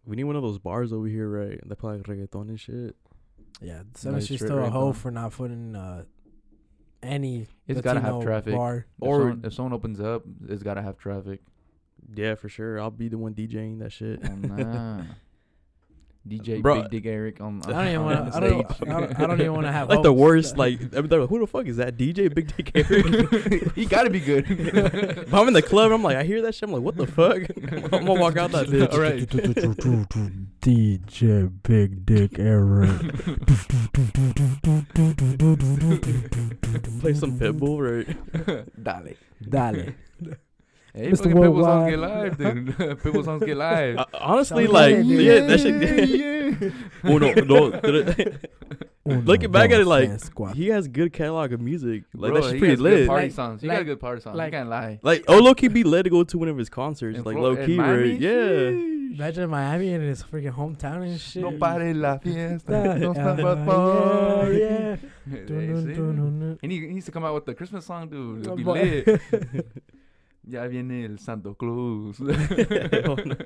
We need one of those bars over here, right? They play like reggaeton and shit.
Yeah,
No,
Seventh Street's
it's straight
still a
right
hoe
down.
for not putting uh, any.
It's gotta have
Latino
traffic.
[laughs]
Bar.
Or if
Or-
someone, opens up, it's gotta have traffic.
Yeah, for sure. I'll be the one DJing that shit.
[laughs]
Oh, nah. DJ
Bro.
Big Dick Eric on.
I don't even
on
want.
the
I don't,
stage. [laughs]
I don't. I don't even want to have.
like the
hopes.
worst. Like I mean, they're like, who the fuck is that DJ Big
[laughs]
Dick Eric?
he gotta be good.
[laughs] If I'm in the club. I'm like, I hear that shit. I'm like, what the fuck? [laughs] I'm gonna walk out that bitch.
[laughs]
All right.
DJ Big Dick Aaron.
[laughs] Play some Pitbull,
[laughs]
right?
Dale.
Dale.
Hey,
Mr.
fucking Pitbull songs
Worldwide.
get live, dude. [laughs] Pitbull songs get live.
[laughs] Uh, honestly,
Sounds
like,
good, dude.
yeah, [laughs] that shit.
[laughs]
Oh, no, no. Looking back at it like, [laughs] he has good catalog of music. Like
Bro,
that
he
shit's pretty
has good
lit.
Party
Like-
songs. He got
like-
good party songs.
like-
you can't lie.
Like oh, low key be led to go to one of his concerts.
In
like
Flo-
low
in
key,
Miami?
right? Yeah.
Sheesh.
Imagine Miami and his freaking hometown and shit.
No pare la
[laughs]
fiesta. No stop but
Uh,
party. [laughs]
yeah,
They say-
yeah.
And he, he needs to come out with the Christmas song, dude. It'll be
Boy.
lit. ya viene el Santo Claus. [laughs]
[laughs] Oh, no.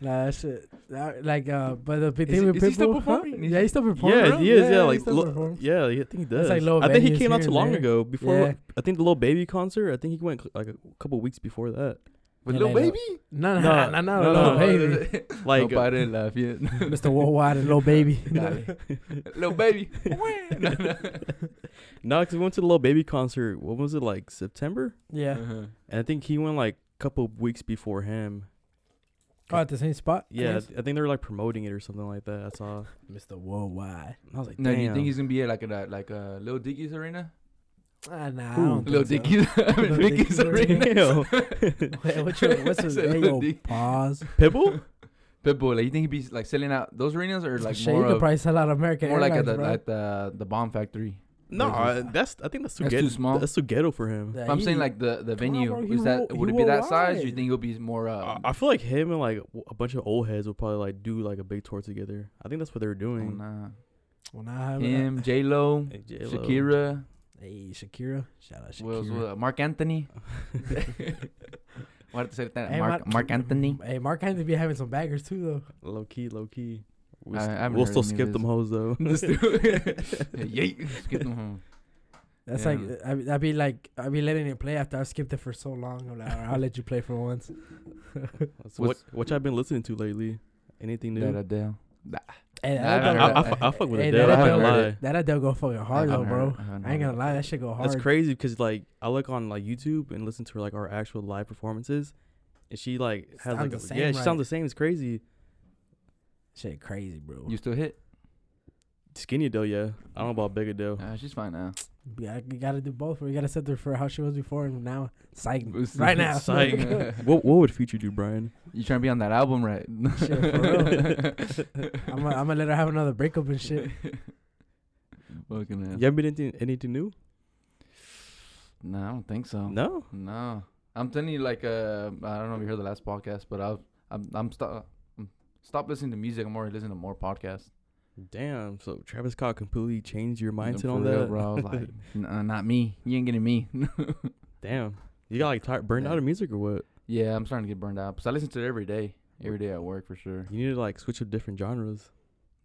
Nah, that shit. That, like, uh, but the big
Is
thing
he-
with
is he still
Pitbull, huh?
performing? Is
Yeah,
he-
he's still performing.
Yeah,
bro.
he is. Yeah, like
he's still
lo-
performing.
yeah, I think he does.
like little
I think he
venues
came out
here
too
and
long
there.
ago. Before
Yeah.
I think the little baby concert. I think he went like a couple weeks
[laughs]
before that.
But
Yeah,
Lil
like,
Baby?
No,
No,
no, no, no,
no,
no,
no.
baby.
Like uh,
no pare la
[laughs]
fiesta.
Mr. Worldwide and Lil Baby.
Dale. [laughs] Lil Baby. [laughs] No, no.
no, because we went to the little baby concert. What was it like September?
[laughs] yeah.
Uh-huh.
And I think he went like a couple weeks before him.
Oh, at the same spot? I
Yeah, I,
guess?
th- I think they were like promoting it or something like that. I saw.
Mr. Worldwide.
And I was like,
Now,
damn.
do you think he's gonna be at like a like a Lil Dicky's arena?
Ah, nah, I
Who?
don't
Lil
think
Dicky's, I mean,
Lil Dicky's
Dicky's arena.
Damn.
so. [laughs] Wait, what's your, what's his
I said
hey,
Lil
yo,
Dicky.
pause?
Pitbull?
[laughs]
[laughs]
Pitbull, like, you think he'd be like selling out those arenas or like
Shit,
more
you could
of,
probably sell out American
more like
Airlines,
at the
bro.
like the the bomb factory?
No,
That's
that's. I think that's too
That's
ghetto.
too small.
That's too ghetto for him.
Yeah,
But I'm
he-
saying like the the
Come on,
venue
bro, he
is that
wo-
would
he
it be that size? Do you
worldwide.
think it'll be more? Uh,
I- I feel like him and like w- a bunch of old heads will probably like do like a big tour together. I think that's what they were doing.
on,
Well, now I
uh,
have him.
him, J Lo,
Like, J-Lo.
Shakira,
Hey, Shakira. Shout out
Who else?
Shakira.
Uh, Mark Anthony. [laughs] Why did I say that?
Hey,
Mark Mark Anthony.
[laughs] Hey, Mark Anthony be having some baggers too, though.
Low key, low key. We
I- I
st-
haven't
we'll
heard
still
any of
skip
this.
them
[laughs]
hoes though.
Let's do it. Yeet. Skip them home.
That's
Yeah.
like I be- I be like I be letting it play after I skipped it for so long. I'm like, "Alright, I'll let you play for
[laughs]
once.
That's what what I've been listening to lately?
[laughs]
Anything new?
That Adele.
Hey, that
I haven't
Adele-
heard
I- I fu- I fuck with
hey,
Adele,
That
I haven't
Adele,
heard
go-
it.
that Adele go fucking hard though, bro. I ain't gonna lie, that shit go hard.
That's cardbecause crazy because like I look on like YouTube and listen to her, like our actual live performances, and she like has
Sounds
like
the
a-
same,
yeah, she
right?
sounds the same. It's crazy.
Shit, crazy, bro.
You still hit?
Skinny Adele, yeah. I don't know about Big Adele.
Uh, she's
[laughs]
fine now.
We gotta, we gotta do both. We gotta set there for how she was before and now.
[laughs]
Psych.
It's-
Right now. [laughs]
Psych.
[laughs]
What what would Future do, Brian?
you trying to be on that album, right?
Shit,
[laughs]
for
[laughs]
real. I'm gonna I'm gonna let her have another breakup and shit.
[laughs] Fucking hell.
You haven't been anything anything new?
No, I don't think so.
No.
No, I'm telling you, like, uh, I don't know if you heard the last podcast, but I've, I'm, I'm stop, stop listening to music. I'm already listening to more podcasts.
Damn. So Travis Scott completely changed your
Yeah,
mindset
for
on
real,
that.
bro. I was like, nah, not me. You ain't getting me.
[laughs]
[laughs]
Damn. You got like tired, burned
Yeah.
out of music or what?
yeah, I'm starting to get burned out because I listen to it every day, every day at work for sure.
You need to like switch up different genres.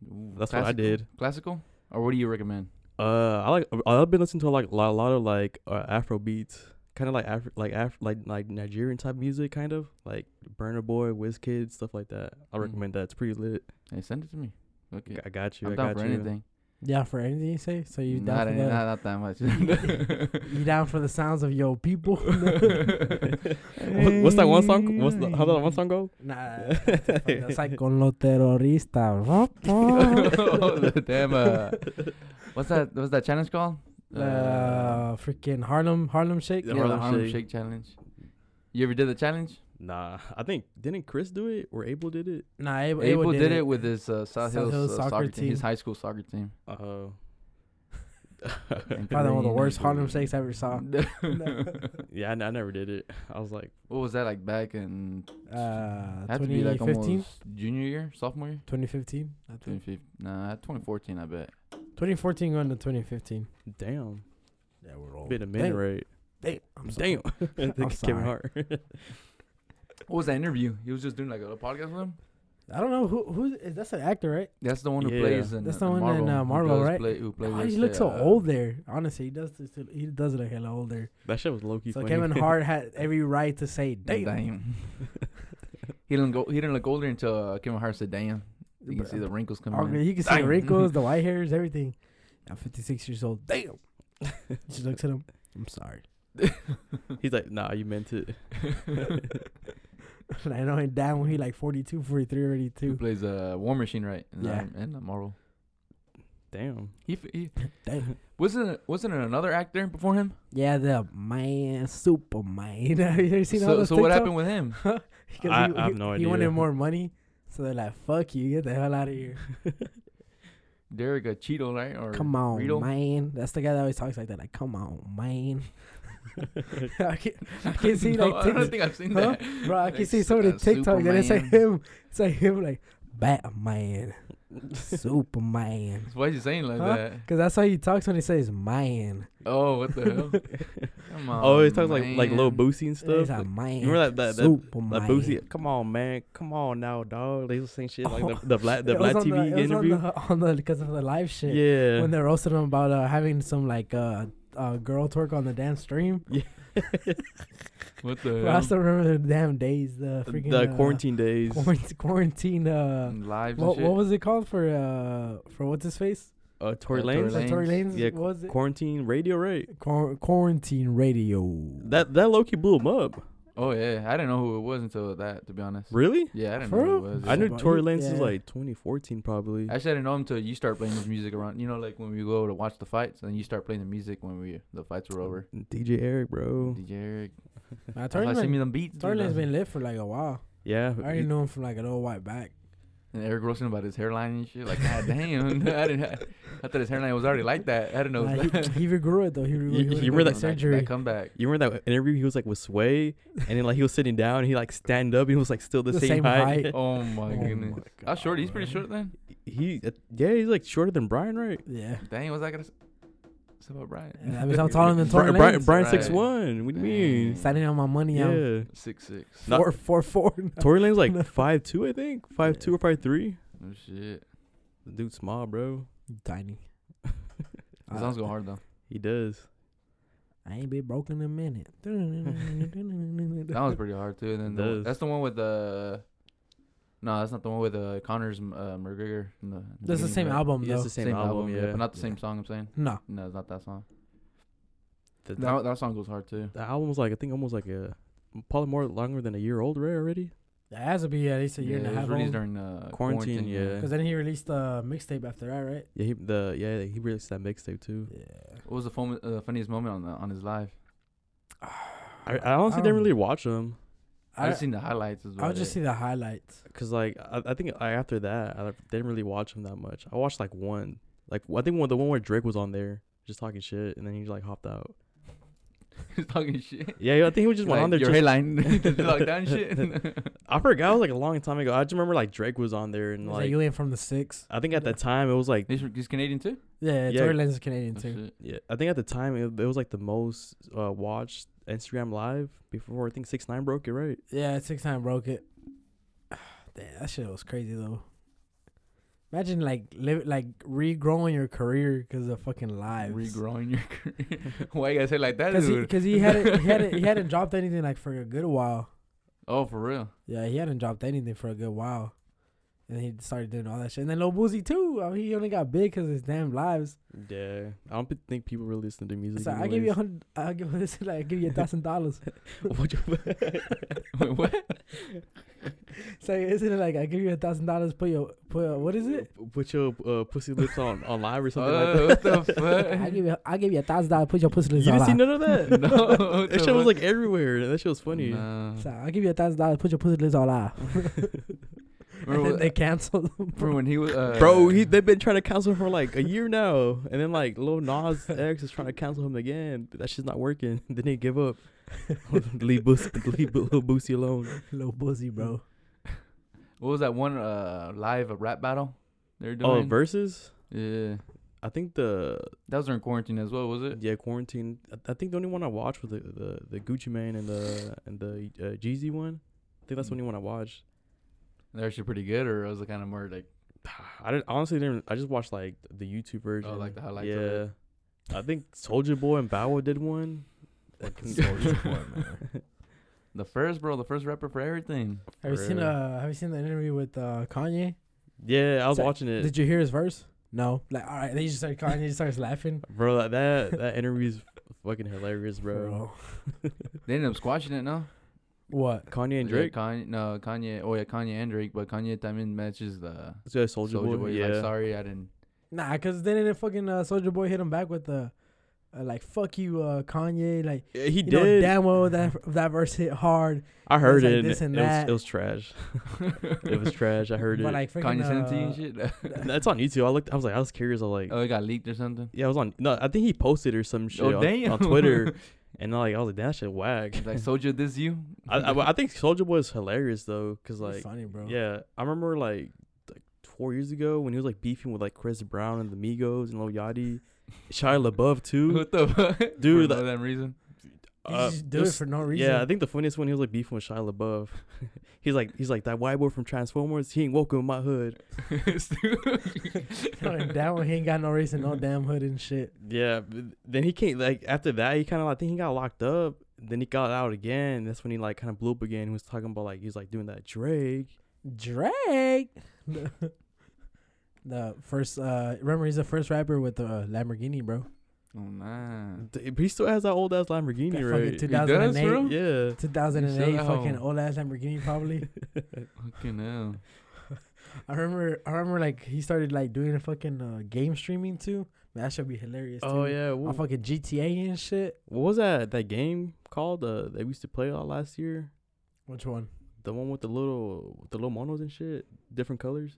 Ooh,
That's what I
classic-
did.
Classical, or what do you recommend?
Uh, I like I've been listening to like a lot, a lot of like uh, Afro beats, kind of like Afro, like Af- like like Nigerian type music, kind of like Burner Boy, Wizkid, stuff like that. I
Mm.
recommend that. It's pretty lit.
Hey, send it to me. Okay,
I got you. i
I'm down
got
for
you.
anything.
Yeah, for anything you say. So you down
not,
for
any-
the,
not, not that much.
you down for the sounds of yo
[laughs]
people? [laughs]
What- What's that one song? What's the, how that one song go?
[laughs]
nah, it's like con los terroristas.
[laughs]
[laughs]
the damn, uh, what's that? What's that challenge called?
uh, freaking Harlem Harlem Shake.
The
yeah, the
Harlem
Harlem
Shake.
Shake. challenge. You ever did the challenge?
[laughs] Nah, I think didn't Chris do it or Abel did it?
Nah, Abel,
Abel, did, it. with his uh,
South
South, Hills,
Hills
uh,
soccer
soccer, team. his
team.
high school
[laughs]
soccer team.
Uh,
Probably one of the
Green
worst
and
Harlem
green.
Shakes I ever saw.
[laughs]
yeah, I, n- I never did it. [laughs] I was like,
what was that like back in?
Uh,
had to be like
2015,
almost junior year, sophomore year,
2015, I think.
2015. Nah, 2014, I bet.
2014 going to 2015.
damn,
Yeah, we're
been a minute,
Damn,
right?
damn, I'm sorry.
Damn, [laughs] Kevin
sorry.
Hart. [laughs]
What was that interview? He was just doing like a podcast with him.
I don't know who who is that's an actor, right?
That's the one who
Yeah.
plays in
That's
uh,
the one in,
Marvel.
uh,
who
Marvel,
does
right?
play- who plays
Why he
this,
look so
uh,
old there? Honestly, he does this, he does look hella old there.
that shit was low key.
So
funny.
Kevin Hart had
[laughs]
every right to say, "Damn." [laughs]
Damn. he didn't go. He didn't look older until uh, Kevin Hart said, "Damn." You can
But-
see the wrinkles coming.
Okay,
in.
you Oh, can see the
Damn.
wrinkles, [laughs] the white hairs, everything. I'm 56 years old. Damn. she looks at him. I'm sorry.
[laughs] He's like, nah, you meant it.
[laughs] And I know him down when he like 42, 43 already
Who
too.
plays uh, War Machine, right? And
Yeah.
um, and uh, Marvel.
[laughs] Damn.
He, f-
[laughs]
he
Damn.
wasn't wasn't it another actor before him.
Yeah, the man, [laughs] Superman. Have you ever seen all
So,
those
so what
TikTok?
happened with him?
[laughs] 'Cause
I-
he,
I have
he-
no
He
idea.
wanted more money, so they're like, "Fuck you, get the hell out of here."
Derek uh, Cheeto, right? Or
Come on,
Rito?
man. That's the guy that always talks like that. Like, come on, man. [laughs] I can, I can see
No,
like,
[laughs] I don't
tics-
think I've seen
Huh?
that.
bro, I can
Like,
see some of the
uh,
TikTok that it's like
Superman.
him. It's like him, like
[laughs]
Batman, Superman.
Why is he saying like
Huh?
that?
Cause that's how he talks when he says man.
Oh, what the hell?
[laughs]
[laughs]
Come on.
oh, he talks like like little
man.
Boosie and
He's
stuff.
like man.
you remember that that, that,
Superman.
that Boosie? Come on, man. Come on now, dog. They was saying shit like
Oh. [laughs]
the, the black the
It was
black
on
TV
it was
interview.
on the, [laughs] on the because of the live shit.
yeah.
When they roasted him about uh, having some like uh, uh girl twerk on the damn stream.
What the
Bro, I
hell?
still remember the damn days, the freaking
the
uh,
quarantine days.
quarant- quarantine.
[laughs]
Uh,
Lives and
what,
shit.
what was it called for? Uh, for what's his face?
uh, Tory
Uh, Tory
Lanez.
Like Tory
Lanez.
Lanez.
Yeah,
what was it?
Quarantine radio, right?
Quar- quarantine radio.
That that Loki blew him up.
Oh yeah, I didn't know who it was until that. To be honest.
Really?
Yeah, I didn't
For
know
real?
who it was.
I knew
Somebody-
Tory Lanez
yeah.
is like 2014 probably.
Actually, I didn't know him until you start playing his music around. You know, like when we go to watch the fights, and you start playing the music when we the fights were over.
DJ Eric, bro.
DJ Eric,
Nah,
I
Tory
seen me
Lanez
them beats.
Tory
dude.
Lanez been lit for like a while.
Yeah.
I already
he-
knew him from like an old white
[laughs]
back.
and Eric Wilson about his hairline and
[laughs]
shit. Like, God damn, [laughs] I didn't. I, thought his hairline was already like that. I didn't know. it [laughs]
Nah,
was that.
he, he regrew it though. He
You-
regrew, he
you
went through
remember
That-
surgery.
That comeback.
You remember that interview? He was like with Sway, and then like he was sitting down, and he like stand up, and he was like still the,
The
same,
same
height.
height.
Oh my
Oh
goodness.
my
How short? He's
God,
pretty
bro.
short then.
[laughs] He, uh, yeah, he's like shorter than Brian, right?
Yeah.
Dang, what's I gonna? s- What's about Brian?
Yeah, that means I'm taller than Tory
Bri- Brian,
Lanez.
Brian
Right.
six one. What do you mean?
Standing on my money.
Yeah,
I'm
Six six. [laughs]
Not-
four, four, four.
[laughs] Tory Lanez like five two, I think, five two or five three.
Oh shit.
The dude small, bro.
[laughs]
Tiny. Uh,
It sounds go
[laughs]
hard though.
He does.
I ain't been broke in a minute. [laughs]
That one's pretty hard too. And then the,
Does.
that's the one with the. No, that's not the one with uh, Connor's m- uh, McGregor. in the- in
That's the
beginning,
same
right?
album
Yeah,
though.
it's the same, album, yeah,
but not the
Yeah.
same song. I'm saying
No,
no, it's not that song.
The, the,
That, that song goes hard too.
the album's like I think almost like a probably more longer than a year old, right? Already.
that has to be at least a year and
Yeah,
a
it was
half.
released
old.
during uh,
Quarantine, yeah.
Because then he released the mixtape after that, right?
Yeah, he, the yeah he released that mixtape
Mm.
too.
Yeah.
What was the fun, uh, funniest moment on the, on his live?
I, I honestly didn't really watch him
I,
Um, I,
just seen the highlights as well.
I would just
[laughs]
see the highlights.
because like I, I think I, after that I didn't really watch him that much. I watched like one, like I think one the one where Drake was on there just talking shit, and then he like hopped out.
[laughs]
He's talking shit.
Yeah, I think he just went
Like,
on there.
Your [laughs]
just- [laughs]
headline, lockdown shit. [laughs]
I forgot it was like a long time ago. I just remember like Drake was on there and
He's
like
like, you ain't from the six.
I think at that time it was like
he's, he's Canadian too.
Yeah,
Yeah.
Tory Lanez is Canadian
Oh,
too.
shit.
yeah, I think at the time it, it was like the most uh, watched Instagram live before I think six nine broke it right.
Yeah, six time broke it. [sighs] Damn, that shit was crazy though. Imagine like live like regrowing your career because of fucking lives.
Regrowing your
[laughs]
career. Why you gotta say it like that?
Because he,
dude?
'cause he hadn't he hadn't he hadn't dropped anything like for a good while.
[laughs] Oh, for
[laughs]
real.
Yeah, he hadn't dropped anything for a good while, and he started doing all that shit. And then Lil Boozy too. I mean, he only got big because his damn lives.
Yeah, I don't think people really listen to music.
So I give you a hundred. I give [laughs] this like I give you a thousand dollars.
Wait, what?
[laughs] So isn't it like I give you a thousand dollars? Put your put your, what is
[laughs]
it?
Put your uh, pussy lips on,
[laughs]
on live or something
Uh,
like that.
what the fuck?
I give you I give you a thousand dollars. Put your pussy
You
lips on.
didn't see
live.
none of [laughs] that.
No, what
that
the
shit was
fuck?
like everywhere. That shit was funny.
Nah.
So I give you a thousand dollars. Put your pussy lips on live.
[laughs]
And [laughs]
Remember,
then
when-
they canceled him.
remember
[laughs]
when he was uh,
Bro, he, they've been trying to cancel him for like a year now, and then like Lil Nas X is trying to cancel him again. That shit's not working. [laughs] Then they give up. leave Boosie, leave Lil Boosie alone. [laughs]
Lil Boozy, bro.
What was that one uh, live rap battle they were
Oh,
doing?
versus.
yeah,
I think the
that was during quarantine as well, was it?
yeah quarantine. I, I think the only one I watched was the, the, the Gucci Mane and the and the uh, Jeezy one. I think that's
Mm.
the only one I watched. [sighs]
They're actually pretty good, or it was it kind of more like
I didn't, honestly didn't. I just watched like the YouTube version.
Oh, like the highlights
Yeah,
of it.
I think Soldier Boy and Bow Wow did
[laughs]
one.
the first, bro, the first rapper for everything.
[laughs] Have you seen
Bruh.
uh Have you seen the interview with uh Kanye?
[laughs] Yeah, I was
So,
watching it,
Did you hear his verse? No. Like all right, they just started Kanye just starts laughing.
bro. That that, that interview's fucking hilarious, bro.
Bro,
They ended up squashing it, no?
what?
Kanye and
Yeah,
Drake.
Kanye, no, Kanye. Oh yeah, Kanye and Drake, but Kanye también matches the
Yeah, Soldier
Soldier
Boy.
Boy. He's
Yeah.
Like, sorry, I didn't.
Nah, cause then it fucking uh, Soldier Boy hit him back with the uh, like fuck you, uh, Kanye. Like
Yeah, he
you know
did.
damn well that that verse hit hard.
I heard
like
it. and
this and
it, was,
that.
it was trash. [laughs]
[laughs]
it
[laughs]
was trash. I heard
but
it.
like freaking
Kanye sent it to you
uh,
and shit.
That's on YouTube. I looked. I was like, I was curious. I was like,
[laughs] oh, it got leaked or something.
yeah, I was on. No, I think he posted or some shit
oh
on,
damn.
[laughs]
[laughs]
on Twitter, and like I was like, that shit whack.
like Soldier, this you?
I, I,
[laughs]
I think Soldier Boy is hilarious though, cause
He's
like
funny, bro.
yeah, I remember like like four years ago when he was like beefing with like Chris Brown and the Migos and Lil
[laughs]
Yachty, Shia LaBeouf too.
what the fuck,
Dude,
For
like-
no damn
[laughs]
reason. [laughs]
he
Uh,
just do
just-
it for no reason.
yeah, I think the funniest one he was like beefing with Shia LaBeouf. [laughs] he's like he's like that white boy from Transformers. He ain't welcome in my hood.
Like, [laughs] that one he ain't got no reason,
[laughs]
no damn hood and shit.
Yeah, but then he can't like after that he kind of I think he got locked up. Then he got out again. That's when he like kind of blew up again. He was talking about like he was like doing that Drake.
Drake, [laughs] the first. uh Remember, he's the first rapper with the uh, Lamborghini, bro.
oh man.
D- But he still has that old ass
That
Lamborghini,
fucking
right?
two thousand and eight.
bro?
Yeah.
2008
Damn.
fucking
Oh.
old ass Lamborghini
[laughs]
probably.
Fucking hell.
I remember I remember like he started like doing a fucking uh, game streaming too. Man, that should be hilarious.
Oh
too.
yeah. What,
on fucking GTA and shit.
what was that that game called uh, that we used to play a lot last year?
Which one?
The one with the little with the little monos and shit, different colors.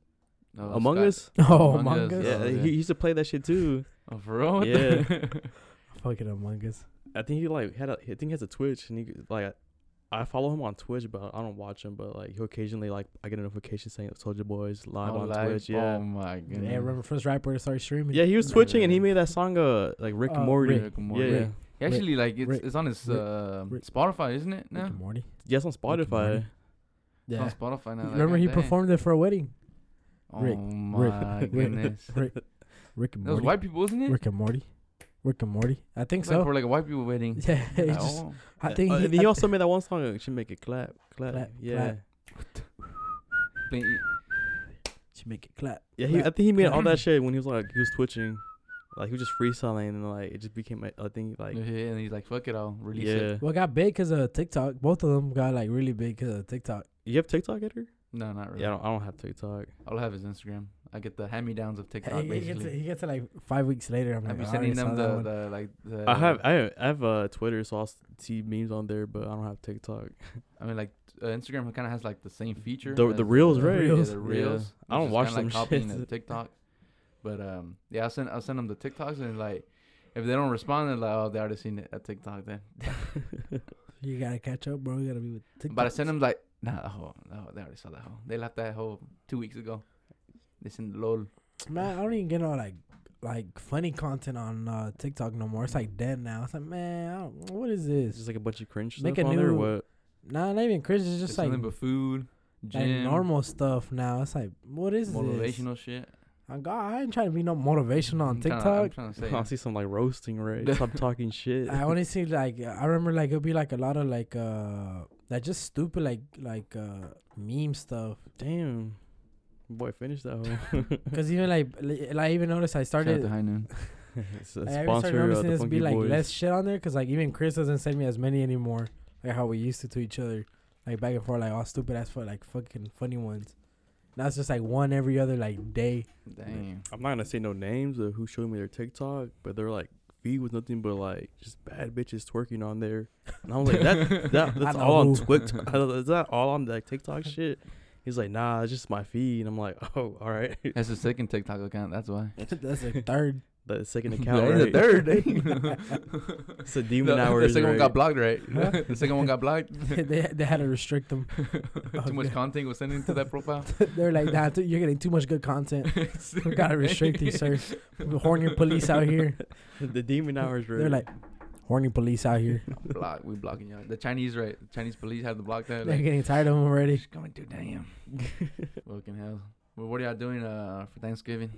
No, Oh, that's
Among
got-
Us.
Oh, [laughs]
Among
Among
Us.
Us.
Yeah,
Oh, yeah.
he used to play that shit too.
Oh, for real? What [laughs]
Yeah.
the-
Fucking Among Us.
I think he like had a, I think he has a Twitch and he like I follow him on Twitch, but I don't watch him. But like he occasionally like I get a notification saying Soldier Boys live
Oh,
on
live?
Twitch. Yeah.
Oh my
Yeah,
goodness.
remember first rapper to start streaming.
yeah, he was
Yeah,
twitching and he
yeah.
made that song uh like Rick and
Uh,
Morty.
Rick.
Rick and
Yeah,
Morty.
yeah.
He actually, like it's,
Rick-
it's on his
Rick-
uh,
Rick-
Spotify, isn't it?
Rick
Now
and Morty.
Yes, on
Morty.
Spotify.
Yeah.
it's on Spotify now. like,
remember he
goddamn.
performed it for a wedding.
Oh
Rick,
my
Rick, [laughs]
goodness.
Rick, Rick and
That was
Morty.
white people, wasn't it?
Rick and Morty. Rick and Morty. I think
It's like
so.
for like a white people wedding.
[laughs] Yeah, he
Like,
just,
oh.
I think
Uh,
he,
and he
I
also made that one song. uh, She make it clap, clap.
Clap,
yeah,
clap.
Think-
thi- [laughs] she make it clap.
yeah. He, I
clap,
think he made all
clap.
that shit when he was like he was twitching, like he was just freestyling and like it just became a, a thing. Like
yeah, and he's like, "Fuck it, I'll release it."
yeah,
Well, got big because of TikTok. Both of them got like really big because of TikTok.
you have TikTok editor?
No, not really.
Yeah, I don't, I don't have TikTok.
I'll have his Instagram. I get the hand me downs of
He,
TikTok.
he gets it,
basically,
he gets it like five weeks later. I'm
I'll
like,
be
I
sending
already saw
them
that
the,
one.
the like the.
I have I have, I have uh, Twitter, so I'll s- see memes on there, but I don't have TikTok. [laughs]
I mean, like uh, Instagram kind of has like the same feature.
The- the
as
reels,
the,
right?
yeah,
Reels.
the
Yeah.
reels.
I
which
don't
is
watch
kinda
them
like copying
[laughs] shits.
the TikTok. But um, yeah, I'll send I'll send them the TikToks and like, if they don't respond, they're like, oh, they already seen it at TikTok then.
You gotta catch up, bro. You gotta be with TikTok.
But I sent them like, nah, that whole, no, they already saw that whole. They left that whole two weeks ago. They sent lol.
Man, I don't even get all like like funny content on uh, TikTok no more. It's like dead now. It's like man, I don't, what is
It's
this?
just like a bunch of cringe
Make
stuff
a
on there.
new-
Or what? [laughs]
Nah, not even Chris. It's just
It's
like,
nothing but food,
like
gym,
normal stuff now. It's like what is this?
motivational shit.
I God, I ain't trying to be no motivational on
I'm tryna-
TikTok.
I'm trying
[laughs]
to say.
I'll Oh, see some like
[laughs]
roasting right. Stop talking shit.
I only see like I remember like it'll be like a lot of like uh like just stupid like like uh meme stuff.
Damn, boy, finish that.
[laughs]
Whole. [laughs]
Cause even like li- like I even noticed I
Shout out to
started.
High Noon.
It's a
Like, I even started
sponsor of
noticing
the
this
Funky
be like
Boys.
less shit on there, cause like even Chris doesn't send me as many anymore, like how we used to to each other, like back and forth, like all stupid ass for like fucking funny ones. Now it's just like one every other like day.
[laughs]
Damn.
I'm not gonna say no names of who showed me their TikTok, but they're like feed was nothing but like just bad bitches twerking on there, and I was like, that, that that's
know
all on
who.
[laughs] TikTok. Is that all on like
[laughs]
TikTok shit? He's like, nah, it's just my feed. And I'm like, [laughs] oh, all right.
That's the second TikTok account. That's why.
[laughs] That's like third. [laughs]
The
[laughs]
second account,
That is
right?
the third.
[laughs] It's a demon
[laughs] the,
[laughs]
hour.
the second one got blocked, right? the second one got blocked.
they they had to restrict them. [laughs]
[laughs] Too much
Okay.
content was sent into
[laughs]
that profile.
They're like, nah, dude, you're getting too much good content. We gotta restrict these,
[laughs]
sir. Horny police out here.
the
[laughs]
demon hours, right?
They're
[laughs]
like, horny police out here.
Block. We blocking y'all. The Chinese, right? The Chinese police had to block that.
They're
Like,
getting tired of them already.
just going through. Damn. Fucking hell. Well, what are y'all doing uh, for Thanksgiving?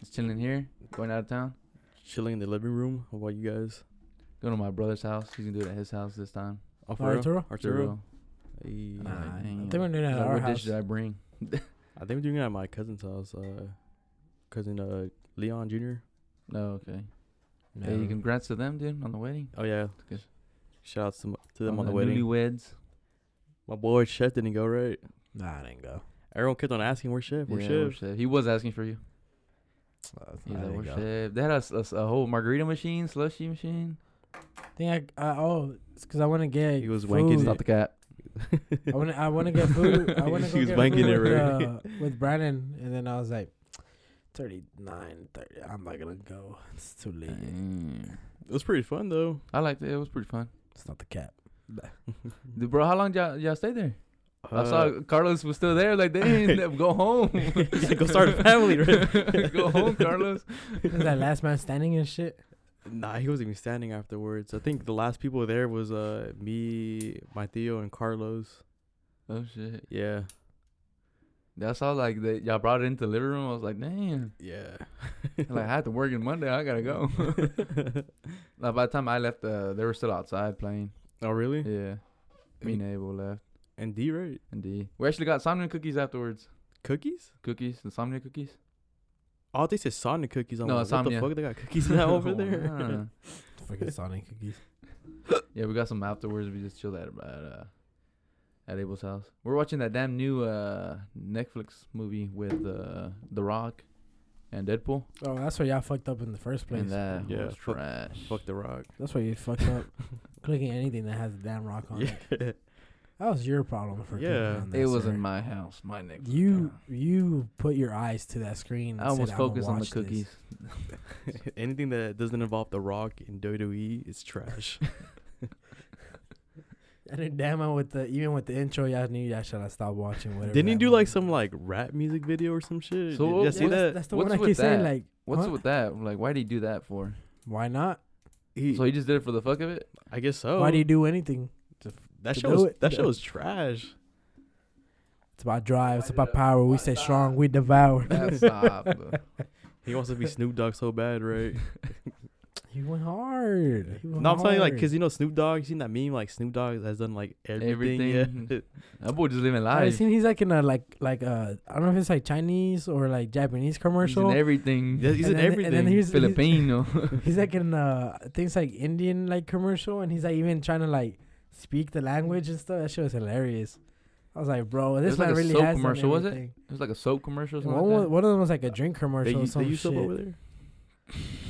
Just chilling here. Going out of town.
chilling in the living room while you guys.
Going to my brother's house. He's gonna do it at his house this time.
Oh, for real?
Arturo.
Arturo.
Nah,
Hey.
Nah, I
dang
think
it.
we're doing it at
So
our
what
house.
dish did I bring?
I think we're doing it at my cousin's house. Uh, cousin uh, Leon Jr.
No, Oh, okay.
Yeah.
Hey, congrats to them, dude, on the wedding.
Oh yeah,
Good.
shout out to, m- to
Oh,
them
On
on the wedding.
Newlyweds.
my boy Chef didn't go right.
Nah, I didn't go.
Everyone kept on asking where Chef, where
Yeah,
Chef. [laughs]
where's Chef? He was asking for you.
Uh,
He's
I
like,
didn't
"Where's
go.
Chef?" They had a, s- a s- a whole margarita machine, slushy machine.
think I, I oh, it's because I want to get.
He was wanking
food.
it.
Stop the cat.
I want to. I want to get food.
[laughs]
I want to
She
go
was
get
wanking
food
it,
with,
right?
uh, with Brandon, and then I was like, 39, 30. I'm not gonna go. It's too late.
Damn.
[laughs] It was pretty fun though.
I liked it. It was pretty fun.
It's not the cat.
Dude, bro, how long did y'all, y'all stay there? I
Uh,
saw Carlos was still there. Like, they
[laughs]
didn't go home.
Yeah, go start a family, right?
[laughs] go
[laughs]
home, Carlos.
It was that last man standing and shit.
Nah, he wasn't even standing afterwards. I think the last people there was uh me, my Theo, and Carlos.
Oh shit.
Yeah,
That's how like they, y'all brought it into the living room. I was like,
[laughs]
damn.
yeah.
Like I had to work in Monday. I gotta
[laughs]
go. [laughs] like, by the time I left, uh, they were still outside playing.
oh really?
Yeah. Me
Mm.
and Abel left.
And D right?
Indeed. We actually got Somnium cookies afterwards.
Cookies?
Cookies, insomnia cookies.
Oh, they said Sonic cookies. I'm
No, Oh,
like, what the
Insomnia.
fuck? They got cookies
[laughs]
now over there.
Fucking Sonic cookies.
yeah, we got some afterwards. We just chilled at at, uh, at Abel's house. We're watching that damn new uh, Netflix movie with uh, The Rock and Deadpool.
Oh, that's where y'all fucked up in the first place.
And that
Yeah,
was
fuck-
trash.
[laughs] fuck the rock.
That's where you fucked up. Clicking anything that has a damn rock on it.
Yeah. [laughs]
That was your problem for clicking
Yeah.
on that,
it was
sir.
in my house, my Netflix.
You
account.
you put your eyes to that screen. and
I
said,
almost
"I'm gonna
focused on the
watch this."
cookies.
Anything that doesn't involve The Rock and WWE is trash.
And then damn it with the even with the intro, y'all knew y'all should have stopped watching whatever.
Didn't he
that
do like
movie
some
was.
like rap music video or some shit?
So
Did
what-
you see
Well, that's,
that?
that's the
What's
one I
with
keep saying.
that?
Like,
What's
huh?
with that? Like, why did he do that for?
why not?
He,
So he just did it for the fuck of it?
I guess so.
Why do you do anything?
that
to
show
do
was
it?
that show
Yeah.
was trash.
It's about drive. It's about power. We stay strong. We devour.
That's not, bro.
He wants to be Snoop Dogg so bad, right?
[laughs] he went hard. He went
no, I'm telling you, like,
hard.
cause you know Snoop Dogg. You seen that meme? Like Snoop Dogg has done like everything.
Everything. [laughs]
Yeah. [laughs]
That boy just living
I
life.
seen he's like in a like like uh I don't know if it's like Chinese or like Japanese
He's in
commercial.
everything.
Yeah, he's
And
in
then- and
everything.
then here's-
Filipino. [laughs]
He's like in uh things like Indian like commercial, and he's like even trying to like speak the language and stuff. That shit was hilarious. I was like, bro, this
was like
man
a
really
soap
has
commercial, was it?
One,
It was like a soap commercial or something. like
wa-
that.
one of them was like a drink
they,
commercial. or
use- they
some
use soap
shit.
over there.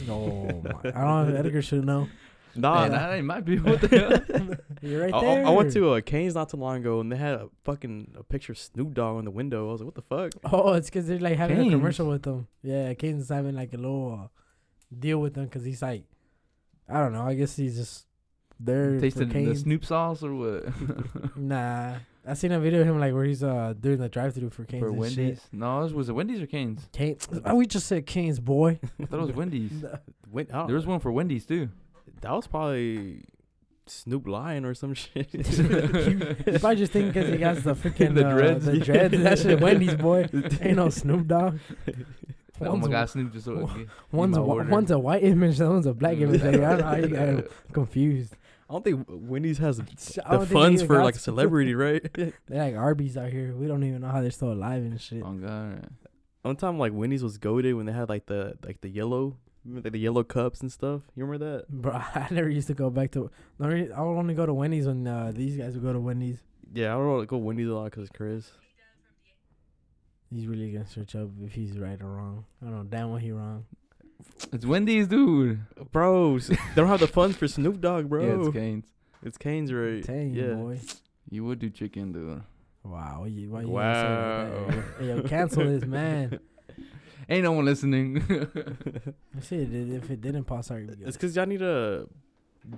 No, my- I don't know. if Edgar should know.
Nah,
Man,
Yeah.
that might be what the hell.
You're right
I- I,
there.
I went to uh, Canes not too long ago, and they had a fucking a picture of Snoop Dogg on the window. I was like, what the fuck?
Oh, it's because they're like having
Canes.
a commercial with them. Yeah, Caden's having like a little uh, deal with them because he's like, I don't know. I guess he's just there. for
Tasting the
Canes.
Snoop sauce or what? [laughs]
Nah, I seen a video of him like where he's uh doing the drive-through for Canes
For
and
Wendy's?
shit.
No, it was, was it Wendy's or Canes?
Canes. Oh, we just said Canes, boy.
I thought it was
[laughs]
Wendy's.
Went out.
There was one for Wendy's too.
that was probably Snoop Lion or
[laughs]
some [laughs] shit.
you probably just think because he got the freaking
The
uh,
dreads.
the dreads. That shit, Wendy's boy. [laughs] Ain't no Snoop Dogg.
Oh my
One's-
God,
[laughs]
Snoop just
wha-
gave
One's
my
a, whi-
order.
one's a white image, the one's a black image. Like, I don't
[laughs]
know how you got him confused.
I don't think Wendy's has the
I don't think they
funds
even
for
got
like a
Snoop.
celebrity, right?
[laughs] They're like Arby's out here. We don't even know how they're still alive and shit.
Oh God.
One time, like Wendy's was goaded when they had like the like the yellow, remember, like the yellow cups and stuff. You remember that?
Bro, [laughs] I never used to go back to. the only- I would only go to Wendy's when uh, these guys would go to Wendy's.
Yeah, I don't know, go Wendy's a lot because Chris.
He's really gonna search up if he's right or wrong. I don't know. Damn, what he wrong?
It's Wendy's, dude.
Bro, s- [laughs] they don't have the funds for Snoop Dogg, bro.
[laughs] Yeah, it's
it's,
Canes.
Kane's right.
Dang,
yeah.
boy.
You would do chicken, dude.
Wow. You, why you gonna say it like that? Hey, yo, cancel
[laughs]
this, man.
Ain't no one listening. [laughs]
Shit, i- if it didn't pass, sorry.
It's because y'all need to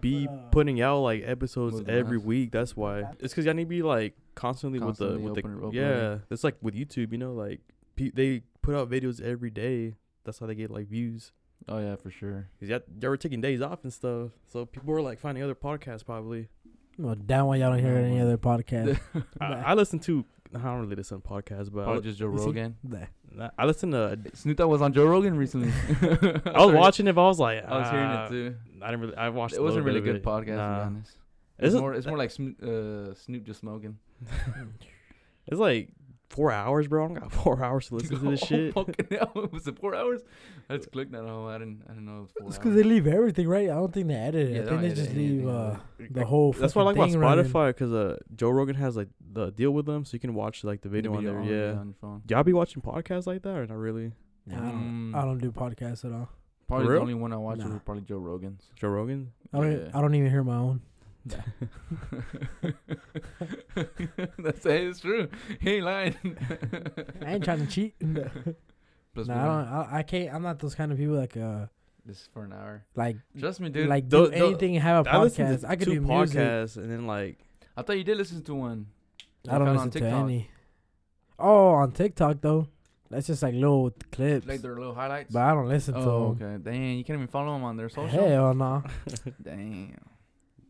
be putting out like episodes
Moving
every
on.
week. That's why. It's because y'all need to be like constantly,
Constantly
with the with
open it,
the
open it.
yeah. It's like with YouTube, you know, like pe- they put out videos every day. That's how they get like views.
oh yeah, for sure.
Cause y'all, y'all were taking days off and stuff, so people were like finding other
[laughs]
podcasts. Probably
Well, damn, why y'all don't hear
No,
any
boy.
other
[laughs]
[laughs]
podcast?
I,
Nah.
I listen to. I don't really listen to podcasts, but I,
Probably just Joe
you see?
Rogan.
[laughs]
Nah.
li- I listen to.
Snoop Dogg was on Joe Rogan recently.
[laughs]
[laughs]
I was watching it, but I was like,
I was hearing it
uh,
too.
I didn't really. I watched.
It
a
wasn't really
little
good
bit of it.
podcast, to be
Nah.
honest. It's,
It's,
more, it's more like Snoop, uh, Snoop
[laughs]
just smoking.
it's like four hours, bro. I don't got [laughs] four hours to listen to this
Oh,
shit.
fucking [laughs] hell, was it four hours? I just clicked that. Oh, I didn't. I didn't know. It was
It's
four
because
hours.
they leave everything, right? I don't think they edit it.
Yeah,
I
they
think
don't
they
edit
just leave
anything,
uh,
really.
the whole.
[laughs] That's what I like about
fucking thing running.
Spotify because uh, Joe Rogan has like the deal with them, so you can watch like the video, on there. Yeah.
on your phone.
Y'all be watching podcasts like that or not really?
Nah, I don't.
Mm.
I don't do podcasts at all.
Probably the
real?
only one I watched
Nah.
was probably Joe Rogan's.
Joe Rogan.
I don't.
Yeah.
I don't even hear my own.
[laughs] That's it's true. He ain't lying. [laughs]
I ain't trying to
[laughs]
cheat. [laughs] nah,
Plus
I
one.
don't. I, I can't. I'm not those kind of people like uh
This is for an hour.
like
Trust me, dude.
like do
tho- tho-
anything and have a
I listened
podcast.
to
I could
two
do music.
podcasts and then like
I thought you did listen to one.
I don't
found
listen to any. Oh, on TikTok though, that's just like little clips.
Like their little highlights.
but I don't listen to.
oh,
'em.
okay. Damn, you can't even follow them on their social.
Hell
[laughs]
no.
Damn.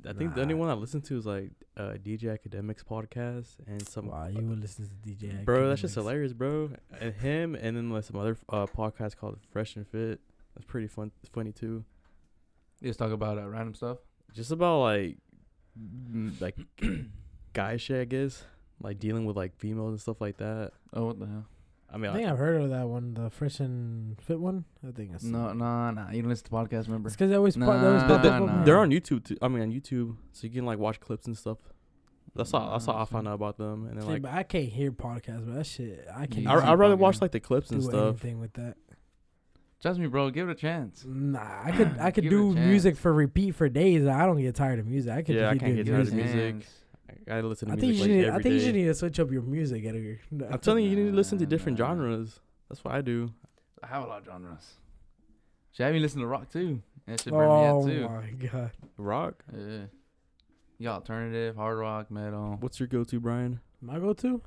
I think the only
Nah.
one I listen to is like uh, DJ Academics podcast and some.
Wow, you would listen to DJ.
Bro, that's just
Academics.
hilarious, bro. And him, and then like some other uh, podcast called Fresh and Fit. That's pretty fun, funny too.
You just talk about uh, random stuff.
Just about like, mm, like guy shit, I guess. Like dealing with like females and stuff like that.
Oh, what the hell?
I mean,
I think
I,
I've heard of that one, the fresh and fit one. I think I
No, no, no. You don't listen to podcasts, remember?
It's because they always pop, they always
Nah,
pop up
nah,
on-
nah.
they're on YouTube too. I mean, on YouTube, so you can like watch clips and stuff. That's how that's how I
Nice.
found out about them. And then
See,
like,
but I can't hear podcasts, bro. That shit, I can't.
Yeah,
I
you see
I rather
podcasts.
watch like the clips and
do
stuff.
anything with that.
Trust me, bro. Give it a chance.
Nah, I
[clears throat]
could I could
Give it a
do music for repeat for days. I don't get tired of music. I could
Yeah, I
just keep
can't
doing
get
Give it a
tired of
music.
music.
chance.
I listen to
I think
music
you
like
need. I
every
think you
day.
should need to switch up your music, [laughs] Edgar. No.
I'm telling you, you need to listen to different
Nah.
genres. That's what I do.
I have a lot of genres. Should have me listen to rock too. That should burn
Oh
me out
my god,
Rock.
too. Yeah. Yeah, alternative, hard rock, metal.
What's your go-to, Brian?
my go-to.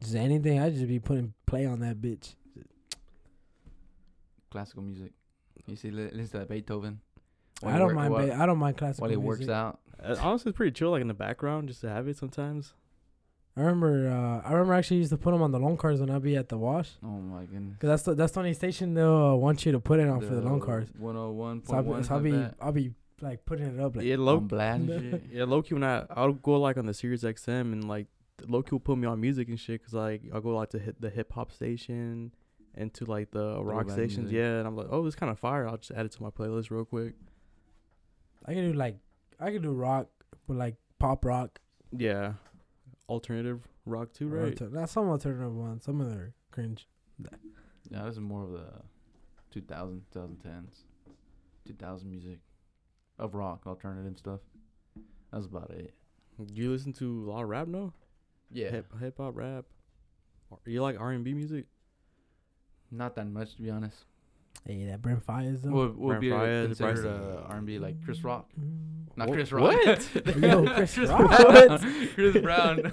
Just anything. I just be putting play on that bitch.
classical music. You see, li- listen to Beethoven.
I
he
don't
work-
mind.
While,
ba- I don't mind classical
while he
music.
works out.
Uh, honestly, it's pretty chill, like in the background, just to have it sometimes.
I remember. Uh, I remember actually used to put them on the loan cars when I'd be at the wash,
Oh my goodness.
cause that's the that's the only station they'll uh, want you to put it on for the loan cars.
One hundred one
So I'll
point
be,
one.
so I'll be, I'll be like putting it up like.
yeah,
low
low,
blast [laughs] and shit.
yeah, low key when I I'll go like on the Sirius XM and like low key will put me on music and shit because like I'll go like to hit the hip hop station and to like the rock
Throwback
stations.
music.
Yeah, and I'm like, oh, it's kind of fire. I'll just add it to my playlist real quick.
I can do like I can do rock, but like pop rock.
Yeah, alternative rock too,
or
right?
alter- not some alternative ones. Some of their cringe.
Yeah, this is more of the 2000, 2010s, 2000 music of rock, alternative stuff. That's about it.
Do you listen to a lot of rap now?
Yeah,
hip hip hop rap. Or- You like R and B music? [laughs]
not that much to be honest.
Hey, that Brent Fires though.
Would would
Brent
be
Fires,
considered
Bryson.
uh, R&B like Chris Rock?
Mm.
Not
Wha-
Chris Rock. [laughs]
what?
[laughs]
[laughs]
Yo, Chris Rock.
Brown. [laughs] Chris Brown.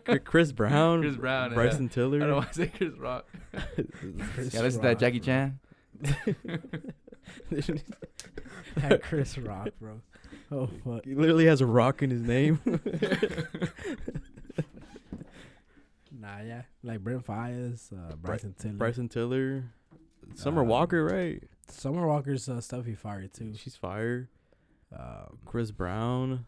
[laughs]
Cr- Chris Brown,
Chris Brown, yeah.
Bryson
I don't
Tiller.
want to say Chris Rock.
Chris
yeah, listen to that
Rock,
Jackie
bro.
Chan.
[laughs]
[laughs] That Chris Rock, bro. Oh fuck.
He literally has a rock in his name.
Nah, yeah. Like Brent Fires, uh, Bryson Tiller,
Bryson Tiller, Summer
Um,
Walker, right?
Summer Walker's uh, stuff he fired too.
She's fire.
Um,
Chris Brown.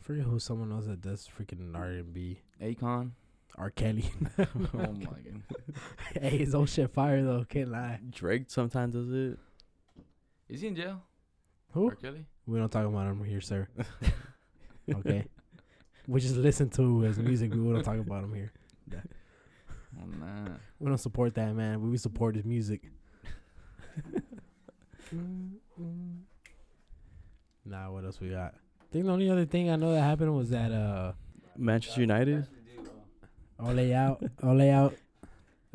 I forget who someone else that does freaking R and B.
[laughs]
Akon.
R Kelly. [laughs]
Oh my god.
hey, his old shit fire though. Can't lie.
Drake sometimes does it.
Is he in jail?
Who?
R. Kelly?
We don't talk about him here, sir. Okay. we just listen to his music. We don't talk about him here.
Oh, nah.
We don't support that man, but we support his
[laughs]
music. nah, what else we got? I think the only other thing I know that happened was that uh
Manchester United.
Ole [laughs] out, Ole out.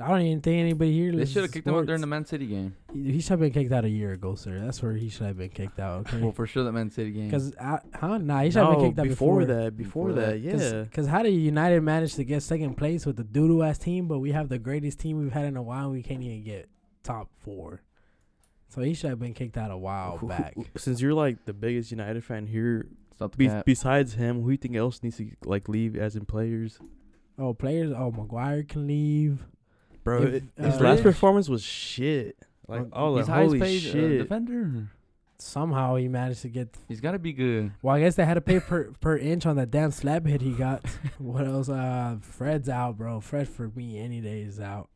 I don't even think anybody here.
They
listens
should have
to
kicked him out during the
sports.
Man City
[laughs]
game.
He, he should have been kicked out a year ago, sir. That's where he should have been kicked out.
Well,
Okay.
for sure, the Man City game.
Because huh? Nah, he should have been kicked out
before, that, before,
Before
that,
that.
yeah.
Because how did United manage to get second place with the doodoo ass team, but we have the greatest team we've had in a while and we can't even get top four? So he should have been kicked out a while
Who- who-
back.
Since you're like the biggest United fan here,
Stop the
be-
cap.
besides him, who you think else needs to like leave as in players?
Oh, players. Oh, Maguire can leave.
Bro,
If,
it-
uh,
his last
Grealish-
performance was shit.
Well,
Like, oh, like,
He's highest
holy
paid uh,
shit.
defender.
Somehow he managed to get.
He's got to be good.
Well, I guess they had to pay
[laughs]
per, per inch on that damn slab hit he got. [laughs] what else? Uh, Fred's out, bro. Fred for me any day is out.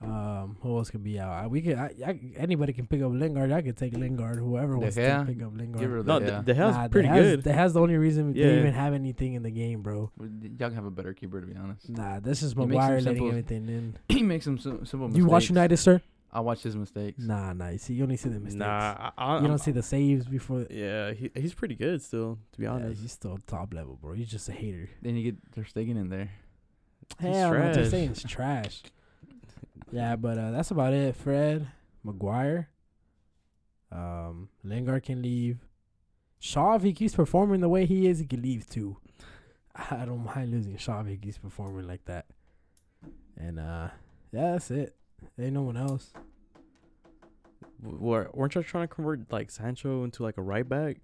Um, who else could be out? I, we could. I, I, anybody can pick up Lingard. I could take Lingard. Whoever
De
wants to
Gea?
pick up Lingard.
Give her
no,
the.
the,
yeah.
the hell's
Nah,
pretty
that has-
good.
That has the only reason
Yeah.
they even have anything in the game, bro.
Y'all can have a better keeper, to be honest.
Nah, this is
He makes
Maguire
some
letting
simple-
everything in.
[clears throat] he makes some sim- simple mistakes.
You watch United, sir?
I watch his mistakes.
Nah, nah. You see, you only see the mistakes.
Nah, I, I,
you don't see the saves before.
Yeah, he, he's pretty good still, to be
Yeah,
honest.
he's still top level, bro. He's just a hater.
Then you get Ter Stegen in there.
He's
Hell, no, Ter
trash.
Stegen's trash. Yeah, but uh, that's about it. Fred, Maguire, um, Lingard can leave. Shaw, if he keeps performing the way he is, he can leave too. [laughs] I don't mind losing Shaw if he keeps performing like that. And uh, yeah, that's it. Ain't no one else.
W- were- weren't you trying to convert like Sancho into like a right back?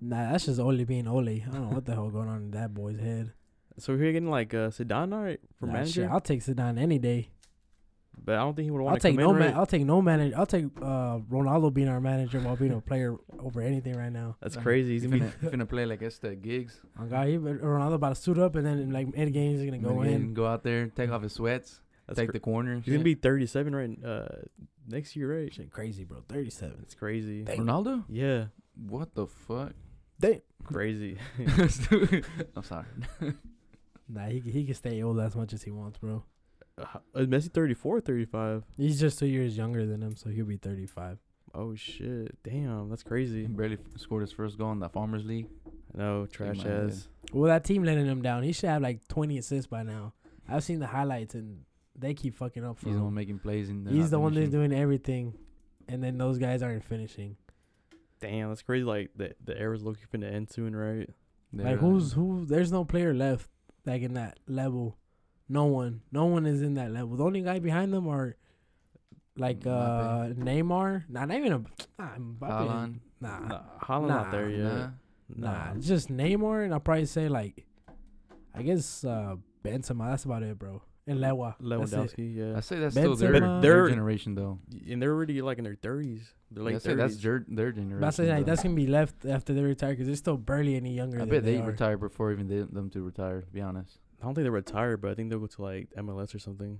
Nah, that's just Ole being Ole. I don't know what the hell going on in that boy's head.
So we're getting like uh, Sedana right, for
Nah,
manager,
shit, I'll take Zidane any day.
but I don't think he would want
I'll
to come
take
in.
no man.
right?
I'll take no manager. I'll take uh, Ronaldo being our manager while being a player over anything right
[laughs]
now.
That's
Uh,
crazy. He's
He's
gonna be
gonna, he's gonna play like this the gigs.
Oh God, he, Ronaldo about to suit up and [laughs] then in like mid game he's gonna go
Gonna
in.
go out there, take off his sweats,
that's
take
cra-
the corner.
he's gonna be 37 right uh, next year, right?
Shit, crazy, bro. Thirty seven.
That's crazy.
Damn.
Ronaldo.
Yeah,
What
[laughs]
the fuck? [laughs]
Damn.
crazy. [laughs]
[laughs]
I'm sorry.
Nah, he can- he can stay old as much as he wants, bro.
Uh, is Messi 34, 35.
He's just two years younger than him, so he'll be thirty five.
Oh shit! Damn, that's
He
crazy.
barely f- scored his first goal in the Farmers League.
No trash
might have
ass.
Well, that team letting him down. He should have like twenty assists by now. I've seen the highlights and they keep fucking up for
He's the
him.
one making plays in.
he's the one that's doing everything, and then those guys aren't finishing.
Damn, that's crazy. Like the the era's looking for the end soon, right?
like who's who? There's no player left like in that level. No one. No one is in that level. The only guy behind them are like uh
Mbappe.
Neymar. Nah, not even a nah, Mbappe.
Haaland.
Nah,
Nah, Holland not
Uh, nah,
there yet.
Nah.
nah, Just Neymar, and I'll probably say like I guess uh, Benzema. That's about it, bro. And Lewa. That's it.
Lewandowski, yeah.
I say that's still their,
Benzema.
their
They're-
generation though.
and they're already like in their thirties. They're like
I say that's
thirties.
their, their generation.
But I say, like,
though.
that's gonna be left after they retire because they're still barely any younger.
I
than
bet they,
are.
retired before even they, them to retire. To be honest,
I don't think they're retired, but I think they'll go to like MLS or something.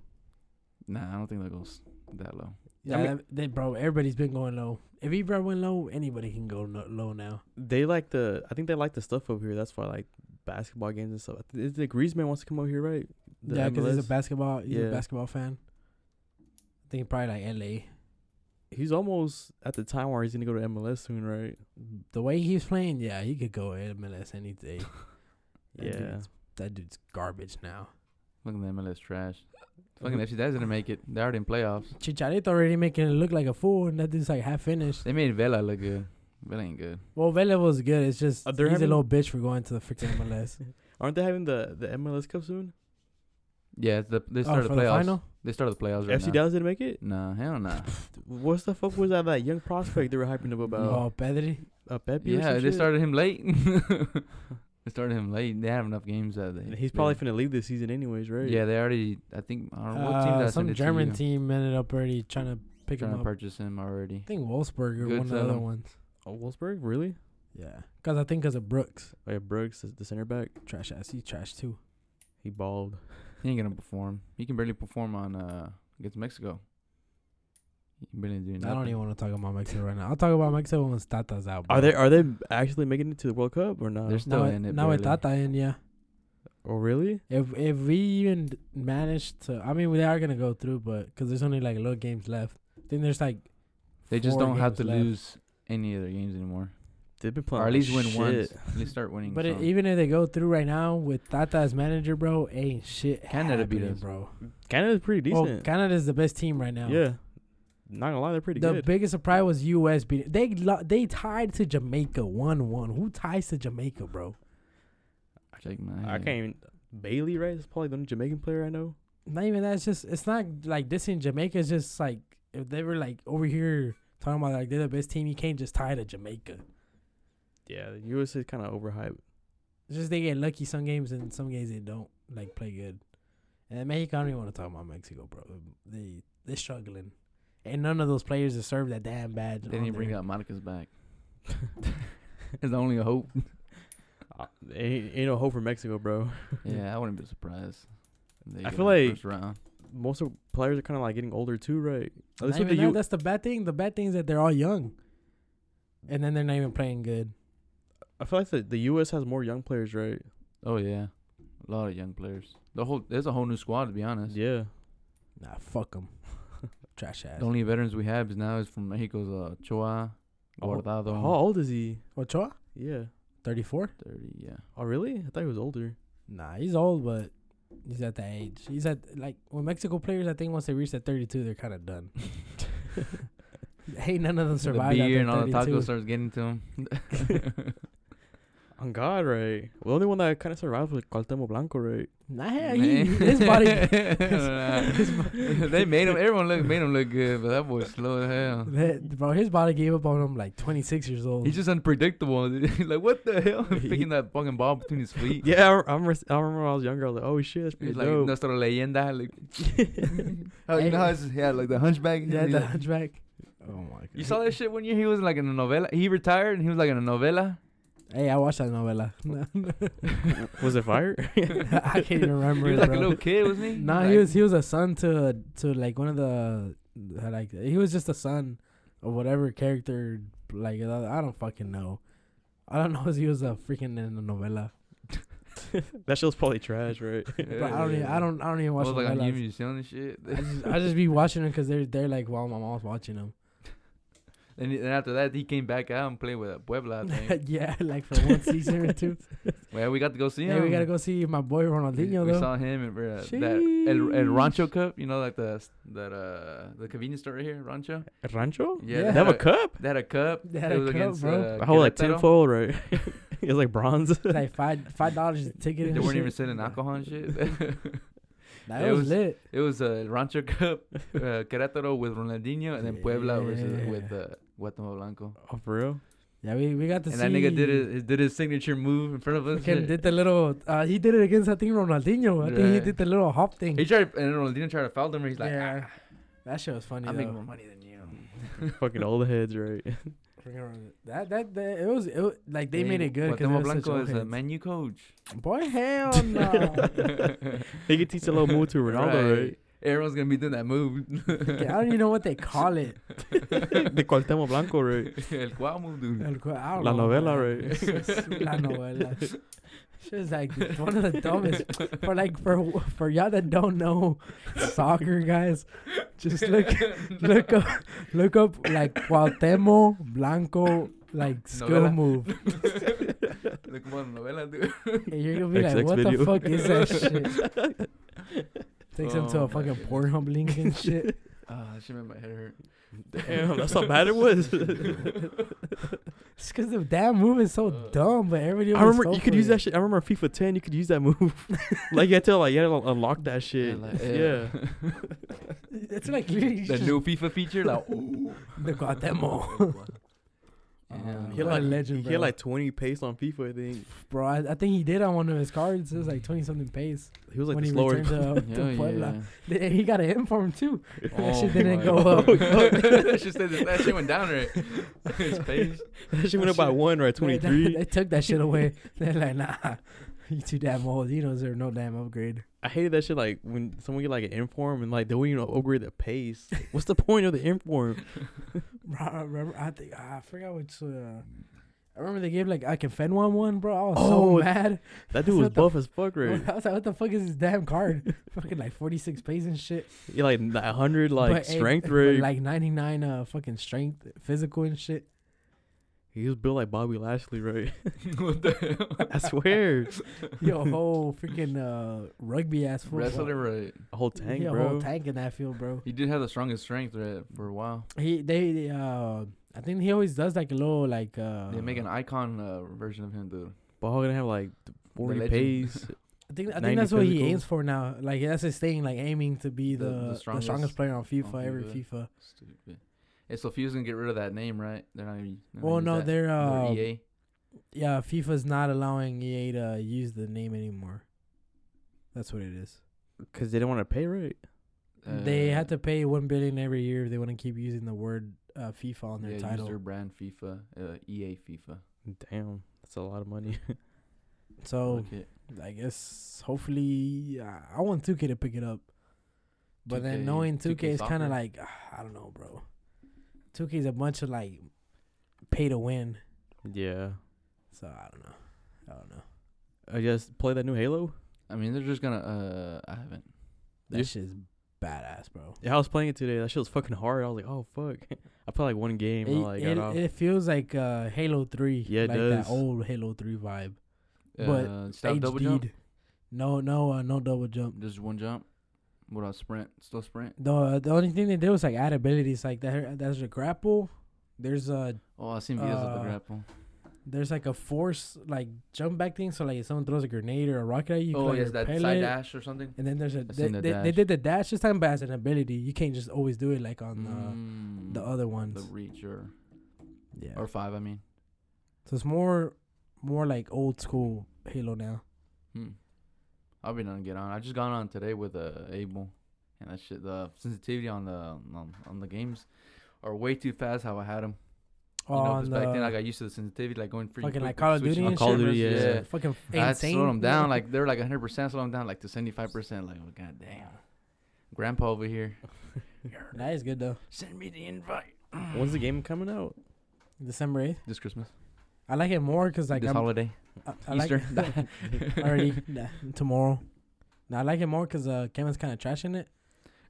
nah, I don't think that goes that low.
Yeah,
I mean-
that- they, bro. Everybody's been going low. If Ibra went low, anybody can go no, low now.
They like the. I think they like the stuff over here. That's why like basketball games and stuff. Is the Griezmann wants to come over here, right? The
yeah, because he's a
MLS?
basketball. He's a
Yeah.
basketball fan. I think probably like L.A.
he's almost at the time where he's gonna go to MLS soon, right?
The way he's playing, yeah, he could go MLS any
[laughs]
day. That
Yeah.
dude's- that dude's garbage now.
Look at the MLS trash. Fucking FC Dallas didn't make it. They already in playoffs.
Chicharito already making it look like a fool, and that dude's like half finished.
They made Vela look good. Vela ain't good.
Well, Vela was good. It's just
Uh,
he's
they're
a
having-
little bitch for going to the freaking
[laughs]
MLS.
Aren't they having the the MLS Cup soon?
Yeah, it's the, they
oh, for
started the
the
playoffs.
final.
they started the playoffs right
FC
now.
Dallas didn't make it. [laughs]
Nah,
[laughs]
hell nah.
What's the fuck was that that young prospect they were hyping up about?
Oh, Pedri.
Uh, Pepe. or
yeah,
some
they
shit?
started him late. [laughs] they started him late. They have enough games that they.
He's probably finna leave this season anyways, right?
Yeah, they already. I think I don't know what team
Uh,
that
some
sent it
German
to you.
team ended up already trying to pick
trying
him
to
up. I
purchase him already.
think Wolfsburg or
Good
one of the
sell
other
him.
ones.
Oh, Wolfsburg, really?
Yeah, because I think because of Brooks,
Oh, yeah, Brooks, the- the center back,
trash ass. He's trash too.
he balled.
He ain't gonna perform. He can barely perform on uh against Mexico. He can barely do nothing.
I don't even want to talk about Mexico right now. I'll talk about Mexico when Tata's out.
Are they are they actually making it to the World Cup or not?
They're still
now,
in it.
now with
barely.
Tata in, yeah.
oh, really?
If if we even manage to, I mean, they are gonna go through, but because there's only like little games left. I think there's like
They just
four
don't have to
games left.
lose any of their games anymore,
They've been playing.
or at
like
least win
shit.
once. At least start winning.
But
some.
it, e- even if they go through right now with Tata as manager, bro, ain't shit.
Canada beat
happening,
us.
bro.
Canada's pretty
Well,
decent.
Canada's the best team right now.
yeah, not gonna lie, they're pretty
The
good.
biggest surprise was U.S. beating. They lo- they tied to Jamaica one one. Who ties to Jamaica, bro?
Shake my
I
head.
can't even. Bailey, right? Is probably the only Jamaican player I know.
Not even that. It's just it's not like this in Jamaica. It's just like if they were like over here talking about like they're the best team, you can't just tie to Jamaica.
Yeah, the USA is kind of overhyped.
It's just they get lucky some games and some games they don't like play good. And then Mexico, I don't even want to talk about Mexico, bro. They they're struggling, and none of those players deserve that damn badge.
They
on
didn't bring
there.
out
[laughs]
Monica's back. It's the only hope.
Uh, ain't, ain't no hope for Mexico, bro.
Yeah, I wouldn't be surprised. if they
I
get
feel
out the
like-
first round.
Most of players are kind of like getting older too, right? At
Not
least with
even
the
that,
U-
that's the bad thing. The bad thing is that they're all young, and then they're not even playing good.
I feel like the, the U.S. has more young players, right?
Oh yeah, a lot of young players. The whole there's a whole new squad to be honest.
Yeah.
Nah, fuck
[laughs]
them. Trash ass.
The only veterans we have is now is from Mexico's uh, Choa
Oh,
Guardado.
How old is he?
Ochoa,
Yeah.
thirty-four.
Thirty, yeah.
Oh, really? I thought he was older.
Nah, he's old, but he's at that age. He's at like when Mexico players, I think once they reach that thirty-two, they're kind of
[laughs]
done. Ain't none of them survived.
the beer and all
after 32.
the tacos starts getting to him.
On God, right? Well, the only one that kind of survived was Cuauhtemoc Blanco, right?
Nah, he, [laughs] his
[laughs]
body. his bo-
they made him. Everyone look made him look good, but that boy's slow as hell.
[laughs] That- bro, his body gave up on him like 26 years old.
He's just unpredictable. [laughs] dude. like what
[laughs]
the hell?
He-
Picking that fucking ball between his feet.
Yeah, I, rem- I remember, I remember when I was younger. I was like, oh shit, that's pretty
He's like
dope.
nuestra leyenda. [laughs]
[laughs]
Like, oh,
Hey.
you know how it's, yeah, like the hunchback.
yeah,
He's
the
[laughs] like-
hunchback. Oh my god.
You saw that shit one year. He was like in a novella. He retired and he was like in a novella.
Hey, I watched that [laughs]
[laughs]
novella.
was it [laughs] fire?
I can't even remember
He
it,
was like
bro.
a little kid, wasn't
[laughs]
he?
Nah, he was he was a son to to like one of the uh, like he was just a son of whatever character like I don't fucking know. I don't [laughs] know if he was a freaking uh, in the novella.
that show's probably trash, [laughs] right?
But I don't even, I don't I don't even watch
was like on
novellas.
Union Channel and shit.
I just, I just be watching them because they're they're like while my mom's watching them.
and then after that, he came back out and played with a
[laughs]
Puebla. I think.
yeah, like for one season or
[laughs]
two.
well, we got to go see
Yeah,
him.
we gotta go see my boy
We,
Ronaldinho
we
though.
saw him in uh, that El, El
Sheesh.
Rancho Cup. You know, like the s- that uh the convenience store right here, Rancho.
Rancho?
Yeah.
they
They
Yeah.
have a
had
cup?
They had a cup.
They had
it
a
was
cup,
against,
bro.
Uh,
I hold
Querétaro.
like tinfoil, right? [laughs] it's like bronze. [laughs]
like five five
[laughs]
dollars a ticket.
They
and
weren't
shit.
even selling alcohol and shit. [laughs]
That
It
was,
was-
lit.
It was a uh, Rancho Cup, uh, Querétaro with Ronaldinho, and then Puebla versus
Yeah.
with uh, Guatemala Blanco.
oh, for real?
Yeah, we, we got to
and
see.
that nigga did his did his signature move in front of us.
Fucking
Shit.
did the little. Uh, he did it against I think Ronaldinho. I think he
Right.
did the little hop thing.
He tried and Ronaldinho tried to foul them. and He's like,
Yeah.
"Ah,
That shit was funny
I make
though.
more money than you.
fucking all the heads, right?
Fucking Ron- That, that that it was it was, like they
Hey,
made it good because
Cuauhtemoc Blanco is a menu coach.
Boy, hell
[laughs]
no.
he could teach a little [laughs] move to Ronaldo,
Everyone's gonna be doing that
[laughs]
move.
Okay, I don't even know what they call it.
right? the Cuauhtemoc Blanco, right?
[laughs] El Cuau move, dude.
El cu- I don't
La
know,
novela,
man.
right?
It's just La novela. She was like one of the dumbest for like for for y'all that don't know soccer guys. Just look look up look up like Cuauhtemoc Blanco like skill
Novela.
move.
[laughs] Look, one novela,
[laughs]
dude.
And you're gonna be like,
XX
what
video.
the fuck is that shit?
[laughs]
Takes him to
Oh
a
my
fucking
goodness.
Pornhub link and shit.
Ah, that shit made my head hurt.
Damn, that's how bad [laughs] it was.
It's because the damn move is so
Uh,
dumb, but everybody.
I
always
remember
fell
you could
for
use
it.
that shit. I remember FIFA 10, you could use
[laughs]
that move. like you had to like you had to unlock that shit.
like,
yeah. [laughs]
It's like literally
the
just
new FIFA
[laughs]
feature, like, ooh.
the Guatemala. [laughs]
Damn,
He
He
You're like
had like
a legend,
He had
bro.
like 20 pace on FIFA. I think
Bro, I, I think he did on one of his cards. It was like 20 something pace
he was like
when
the
he
slower.
returned
[laughs]
to, to
Yeah,
Puebla.
yeah.
Th- He got an M for him too. That shit
Oh
didn't
my
go
God.
up.
[laughs] that shit said that shit went down,
[laughs]
right? [laughs] His pace.
that shit went up by one, right?
They-
23.
they took that shit away. [laughs] They're like, nah, [laughs] you too damn old. You don't deserve no damn upgrade.
I hated that shit. Like when someone get like an inform and like they wouldn't even upgrade the pace. Like, What's the [laughs] point of the inform?
Bro, I remember, I think, ah, I forgot which. Uh, I remember they gave like I can fend one one, bro. I was
Oh,
so mad.
That dude was
What the
buff as fuck, right?
[laughs] I was like, what the fuck is this damn card? [laughs] fucking like 46 pace and shit.
He like 100 like
But, eh,
strength
but,
rate.
Like 99 uh, fucking strength, physical and shit.
he was built like Bobby
[laughs]
Lashley, right?
[laughs] what the hell?
I swear, [laughs]
Yo, whole freaking uh, rugby ass football.
Wrestler, right?
a whole
He
tank,
a
bro.
whole tank in that field, bro.
He did have the strongest strength, right, for a while.
He they, they, uh, I think he always does like a little like uh.
They make an icon uh, version of him, dude.
But how gonna have like 40
legend.
[laughs]
pace?
I think I
90
think that's what he
physical.
aims for now. Like that's his thing, like aiming to be the
The-
the,
the
strongest,
strongest
player on FIFA
on
every
FIFA.
FIFA.
Stupid. Hey, so FIFA's gonna get rid of that name, right? They're not. Even, they're not
Well,
use
no,
that.
they're
They're E
uh,
EA.
yeah, FIFA's not allowing EA to use the name anymore. That's what it is.
Because they don't want to pay, right?
they
Uh,
have to pay one billion every year if they want to keep using the word uh, FIFA on their
yeah,
title.
Use their brand FIFA, uh, EA FIFA.
Damn, that's a lot of money. [laughs]
So
Look it.
I guess hopefully uh, I I want 2K to pick it up. But then
2K
knowing 2K, is kind
soccer?
of like ah, I don't know, bro. 2K is a bunch of like pay to win,
yeah.
so I don't know. I don't know.
I guess play that new Halo.
I mean, they're just gonna. Uh, I haven't.
That
Yeah.
shit is badass, bro.
Yeah, I was playing it today. That shit was fucking hard. I was like, oh fuck. [laughs] I played like one game.
It,
and I like
it,
got off.
it feels like uh, Halo Three,
Yeah, it
like
does.
that old Halo Three vibe. But
Uh, stop double jump.
HD'd. No, no, uh, no double jump.
Just one jump. What about sprint? Still sprint.
The the only thing they did was like add abilities, like that. There's a grapple. There's a
Oh, I seen videos of the
Uh,
grapple.
there's like a force like jump back thing. So like if someone throws a grenade or a rocket at you, you can,
Oh,
like,
yes, that
repel
side
it.
dash or something.
And then there's a
I've
they,
seen the
they- they
dash.
did the dash this time, but as an ability, you can't just always do it like on uh,
Mm,
the the other
the
ones.
reach or
yeah.
or five. I mean.
so it's more more like old school Halo now.
Hmm. I've been on get on. I just got on today with uh, Abel, and that shit. The sensitivity on the on, on the games are way too fast. How I had them, you know, 'cause
on
back
the
then I got used to the sensitivity, like going pretty
fucking
quick,
like Call of
switching
Duty
on
and
Call
shit.
of Duty,
versus,
yeah.
uh, Fucking f-
I had to
insane.
slow them down. Like they were like 100 percent, slow them down like to 75 percent. Like, oh, god damn, grandpa over here. "Yarr,
that is good though.
Send me the invite.
When's the game coming out?
December eighth.
This Christmas,
I like it more because like
this
I'm,
holiday,
I, I like
Easter.
already nah, tomorrow. Now I like it more because uh, Kevin's kind of trashing it.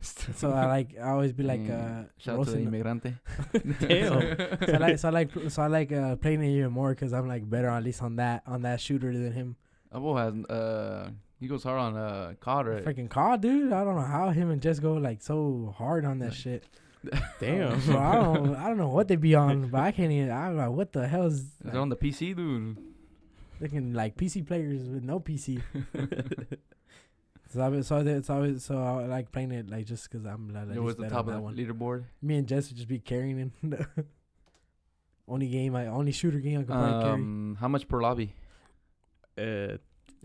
[laughs] So
[laughs]
I like I always be like uh,
Mm, shout out to the
roasting-
immigrante. [laughs]
Damn.
so I like so I like so I like uh, playing it even more because I'm like better at least on that on that shooter than him.
Abel has uh, he goes hard on uh, COD, right?
Freaking COD, dude! I don't know how him and Jess go like so hard on that shit. Oh, [laughs]
Damn.
Bro,
[laughs]
I don't I don't know what they be on, but I can't even. I'm like, what the hell is
Is it on the PC, dude? [laughs]
looking like PC players with no PC? so I so I, so I, so I like playing it like just because I'm like, at
it
least
was the
better
top
on
of the
that one. [laughs]
leaderboard.
Me and Jess would just be carrying him. Only game I only shooter game I could probably carry.
Um, how much per lobby?
Uh,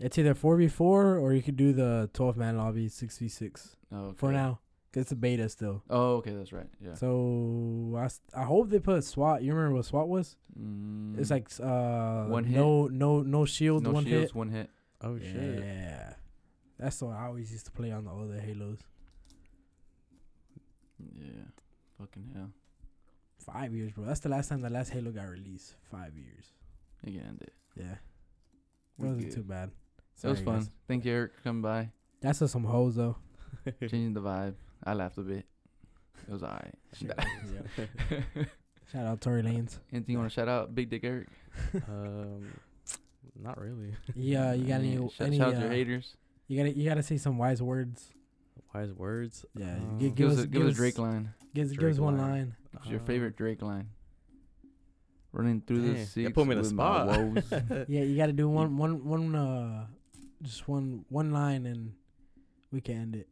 It's either four v four or you could do the twelve man lobby six v six
Oh, okay.
for now. 'Cause it's a beta still.
Oh, okay, that's right. Yeah.
So I, s- I hope they put SWAT. You remember what SWAT was? It's
Mm,
like uh
One hit?
no no no shield
no
one
shields,
hit.
one hit.
oh shit.
Yeah, that's what I always used to play on the other Halos.
Yeah. Fucking hell.
Five years, bro. That's the last time the last Halo got released. Five years.
You can end it.
Yeah,
We
wasn't
good.
too bad.
it was
Sorry, guys.
fun. Thank you, Eric, for coming by,
That's just some hoes though.
changing the vibe. I laughed a bit. It was alright.
[laughs] Sure, yeah. [laughs] Shout out Tory Lanez.
Anything you want to shout out, Big Dick Eric?
um, not really.
[laughs]
[laughs]
Yeah, you got any?
Yeah, shout,
any
shout out to
uh,
your haters.
You gotta you gotta say some wise words.
Wise words.
Yeah,
Um,
gi-
Uh, Give,
give
us,
us-
a, give
give
us a
us-
Drake line.
Give, us- give
Drake
us one
line.
line.
What's your
Uh,
favorite Drake line? Running through the
Um, dang,
six.
you put me in a
with my
[laughs]
spot.
woes.
Yeah, you
[laughs]
gotta do one one one uh, just one one line and we can
[laughs]
end it.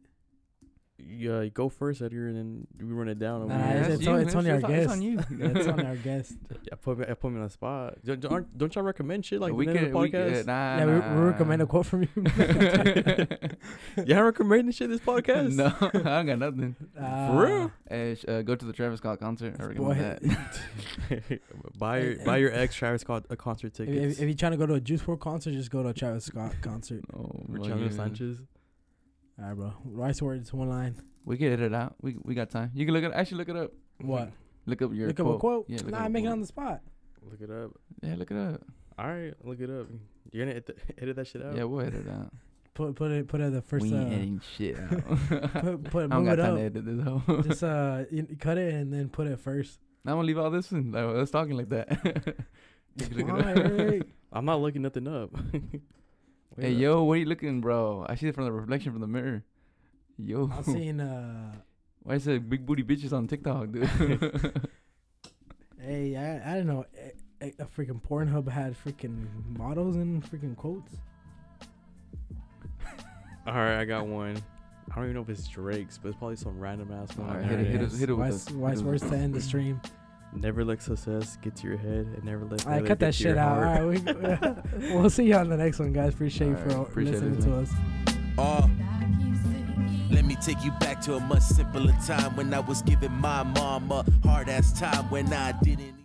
Yeah, [laughs] you uh, go first, Edgar, and then you run it down.
Nah,
over
it's-
here.
that's
it's, on-
you.
it's only our
That's- that's
guest.
on you.
Yeah, [laughs] it's on our
[laughs]
guest.
Yeah, put me, I put me on the spot. Don't, don't, aren't- don't y'all recommend shit like
we
the, name of
could.
the
We, could-
podcast?
nah,
yeah, we,
nah.
we recommend a quote from
[laughs]
you. [laughs]
[laughs] y'all recommending shit this podcast?
[laughs] no, I don't got nothing.
Uh,
real?
Hey, sh- uh, go to the Travis Scott concert. I
This
recommend
[laughs] boy-
that.
[laughs] buy your, buy your ex Travis Scott a concert
If,
ticket.
if, if you're trying to go to a Juice WRLD concert, just go to a Travis Scott concert.
oh,
Luciano
fucking-
Sanchez.
All right, bro. Wise words, one line.
We can edit it out. We we got time. You can look it. Actually, look it up.
What?
Look up Mm-hmm. your
Look
quote.
up a quote.
Yeah, look
nah,
up
I
a
make it
quote.
on the spot.
Look it up.
Yeah, look it up.
All right, look it up. You're gonna edit, edit that shit out.
Yeah, we'll edit it out.
Put put it put it the first.
we ain't
Uh,
editing shit [laughs] out.
[laughs] put put
I
it, move
don't got
it
time to [laughs]
up.
edit this whole.
Just uh, you- cut it and then put it first.
I'm gonna leave all this in. Like, us talking like that. [laughs] You can look it
All
up.
right, Eric.
I'm not looking nothing up.
[laughs]
[laughs]
Hey yo, what are you looking, bro? I see it from the reflection from the mirror. Yo, [laughs]
I'm seeing uh,
why is it big booty bitches on TikTok, dude?
hey, I, I don't know, a, a, a freaking Pornhub had freaking models and freaking quotes.
All right, I got one. I don't even know if it's Drake's, but it's probably some random ass one.
All
I
right, hit
heard
it- hit
it.
us- hit it with
Wise,
us.
wise
Hit us
words
with
to
[laughs]
end the stream.
Never let success get to your head, and never let.
I
failure
cut
get
that
to
shit
your
out.
heart.
All
[laughs]
right, we, [laughs] we'll see you on the next one, guys. Appreciate you
All
for
right, appreciate
listening
it.
to us.
Uh. Let me take you back to a much simpler time when I was giving my mom a hard ass time when I didn't.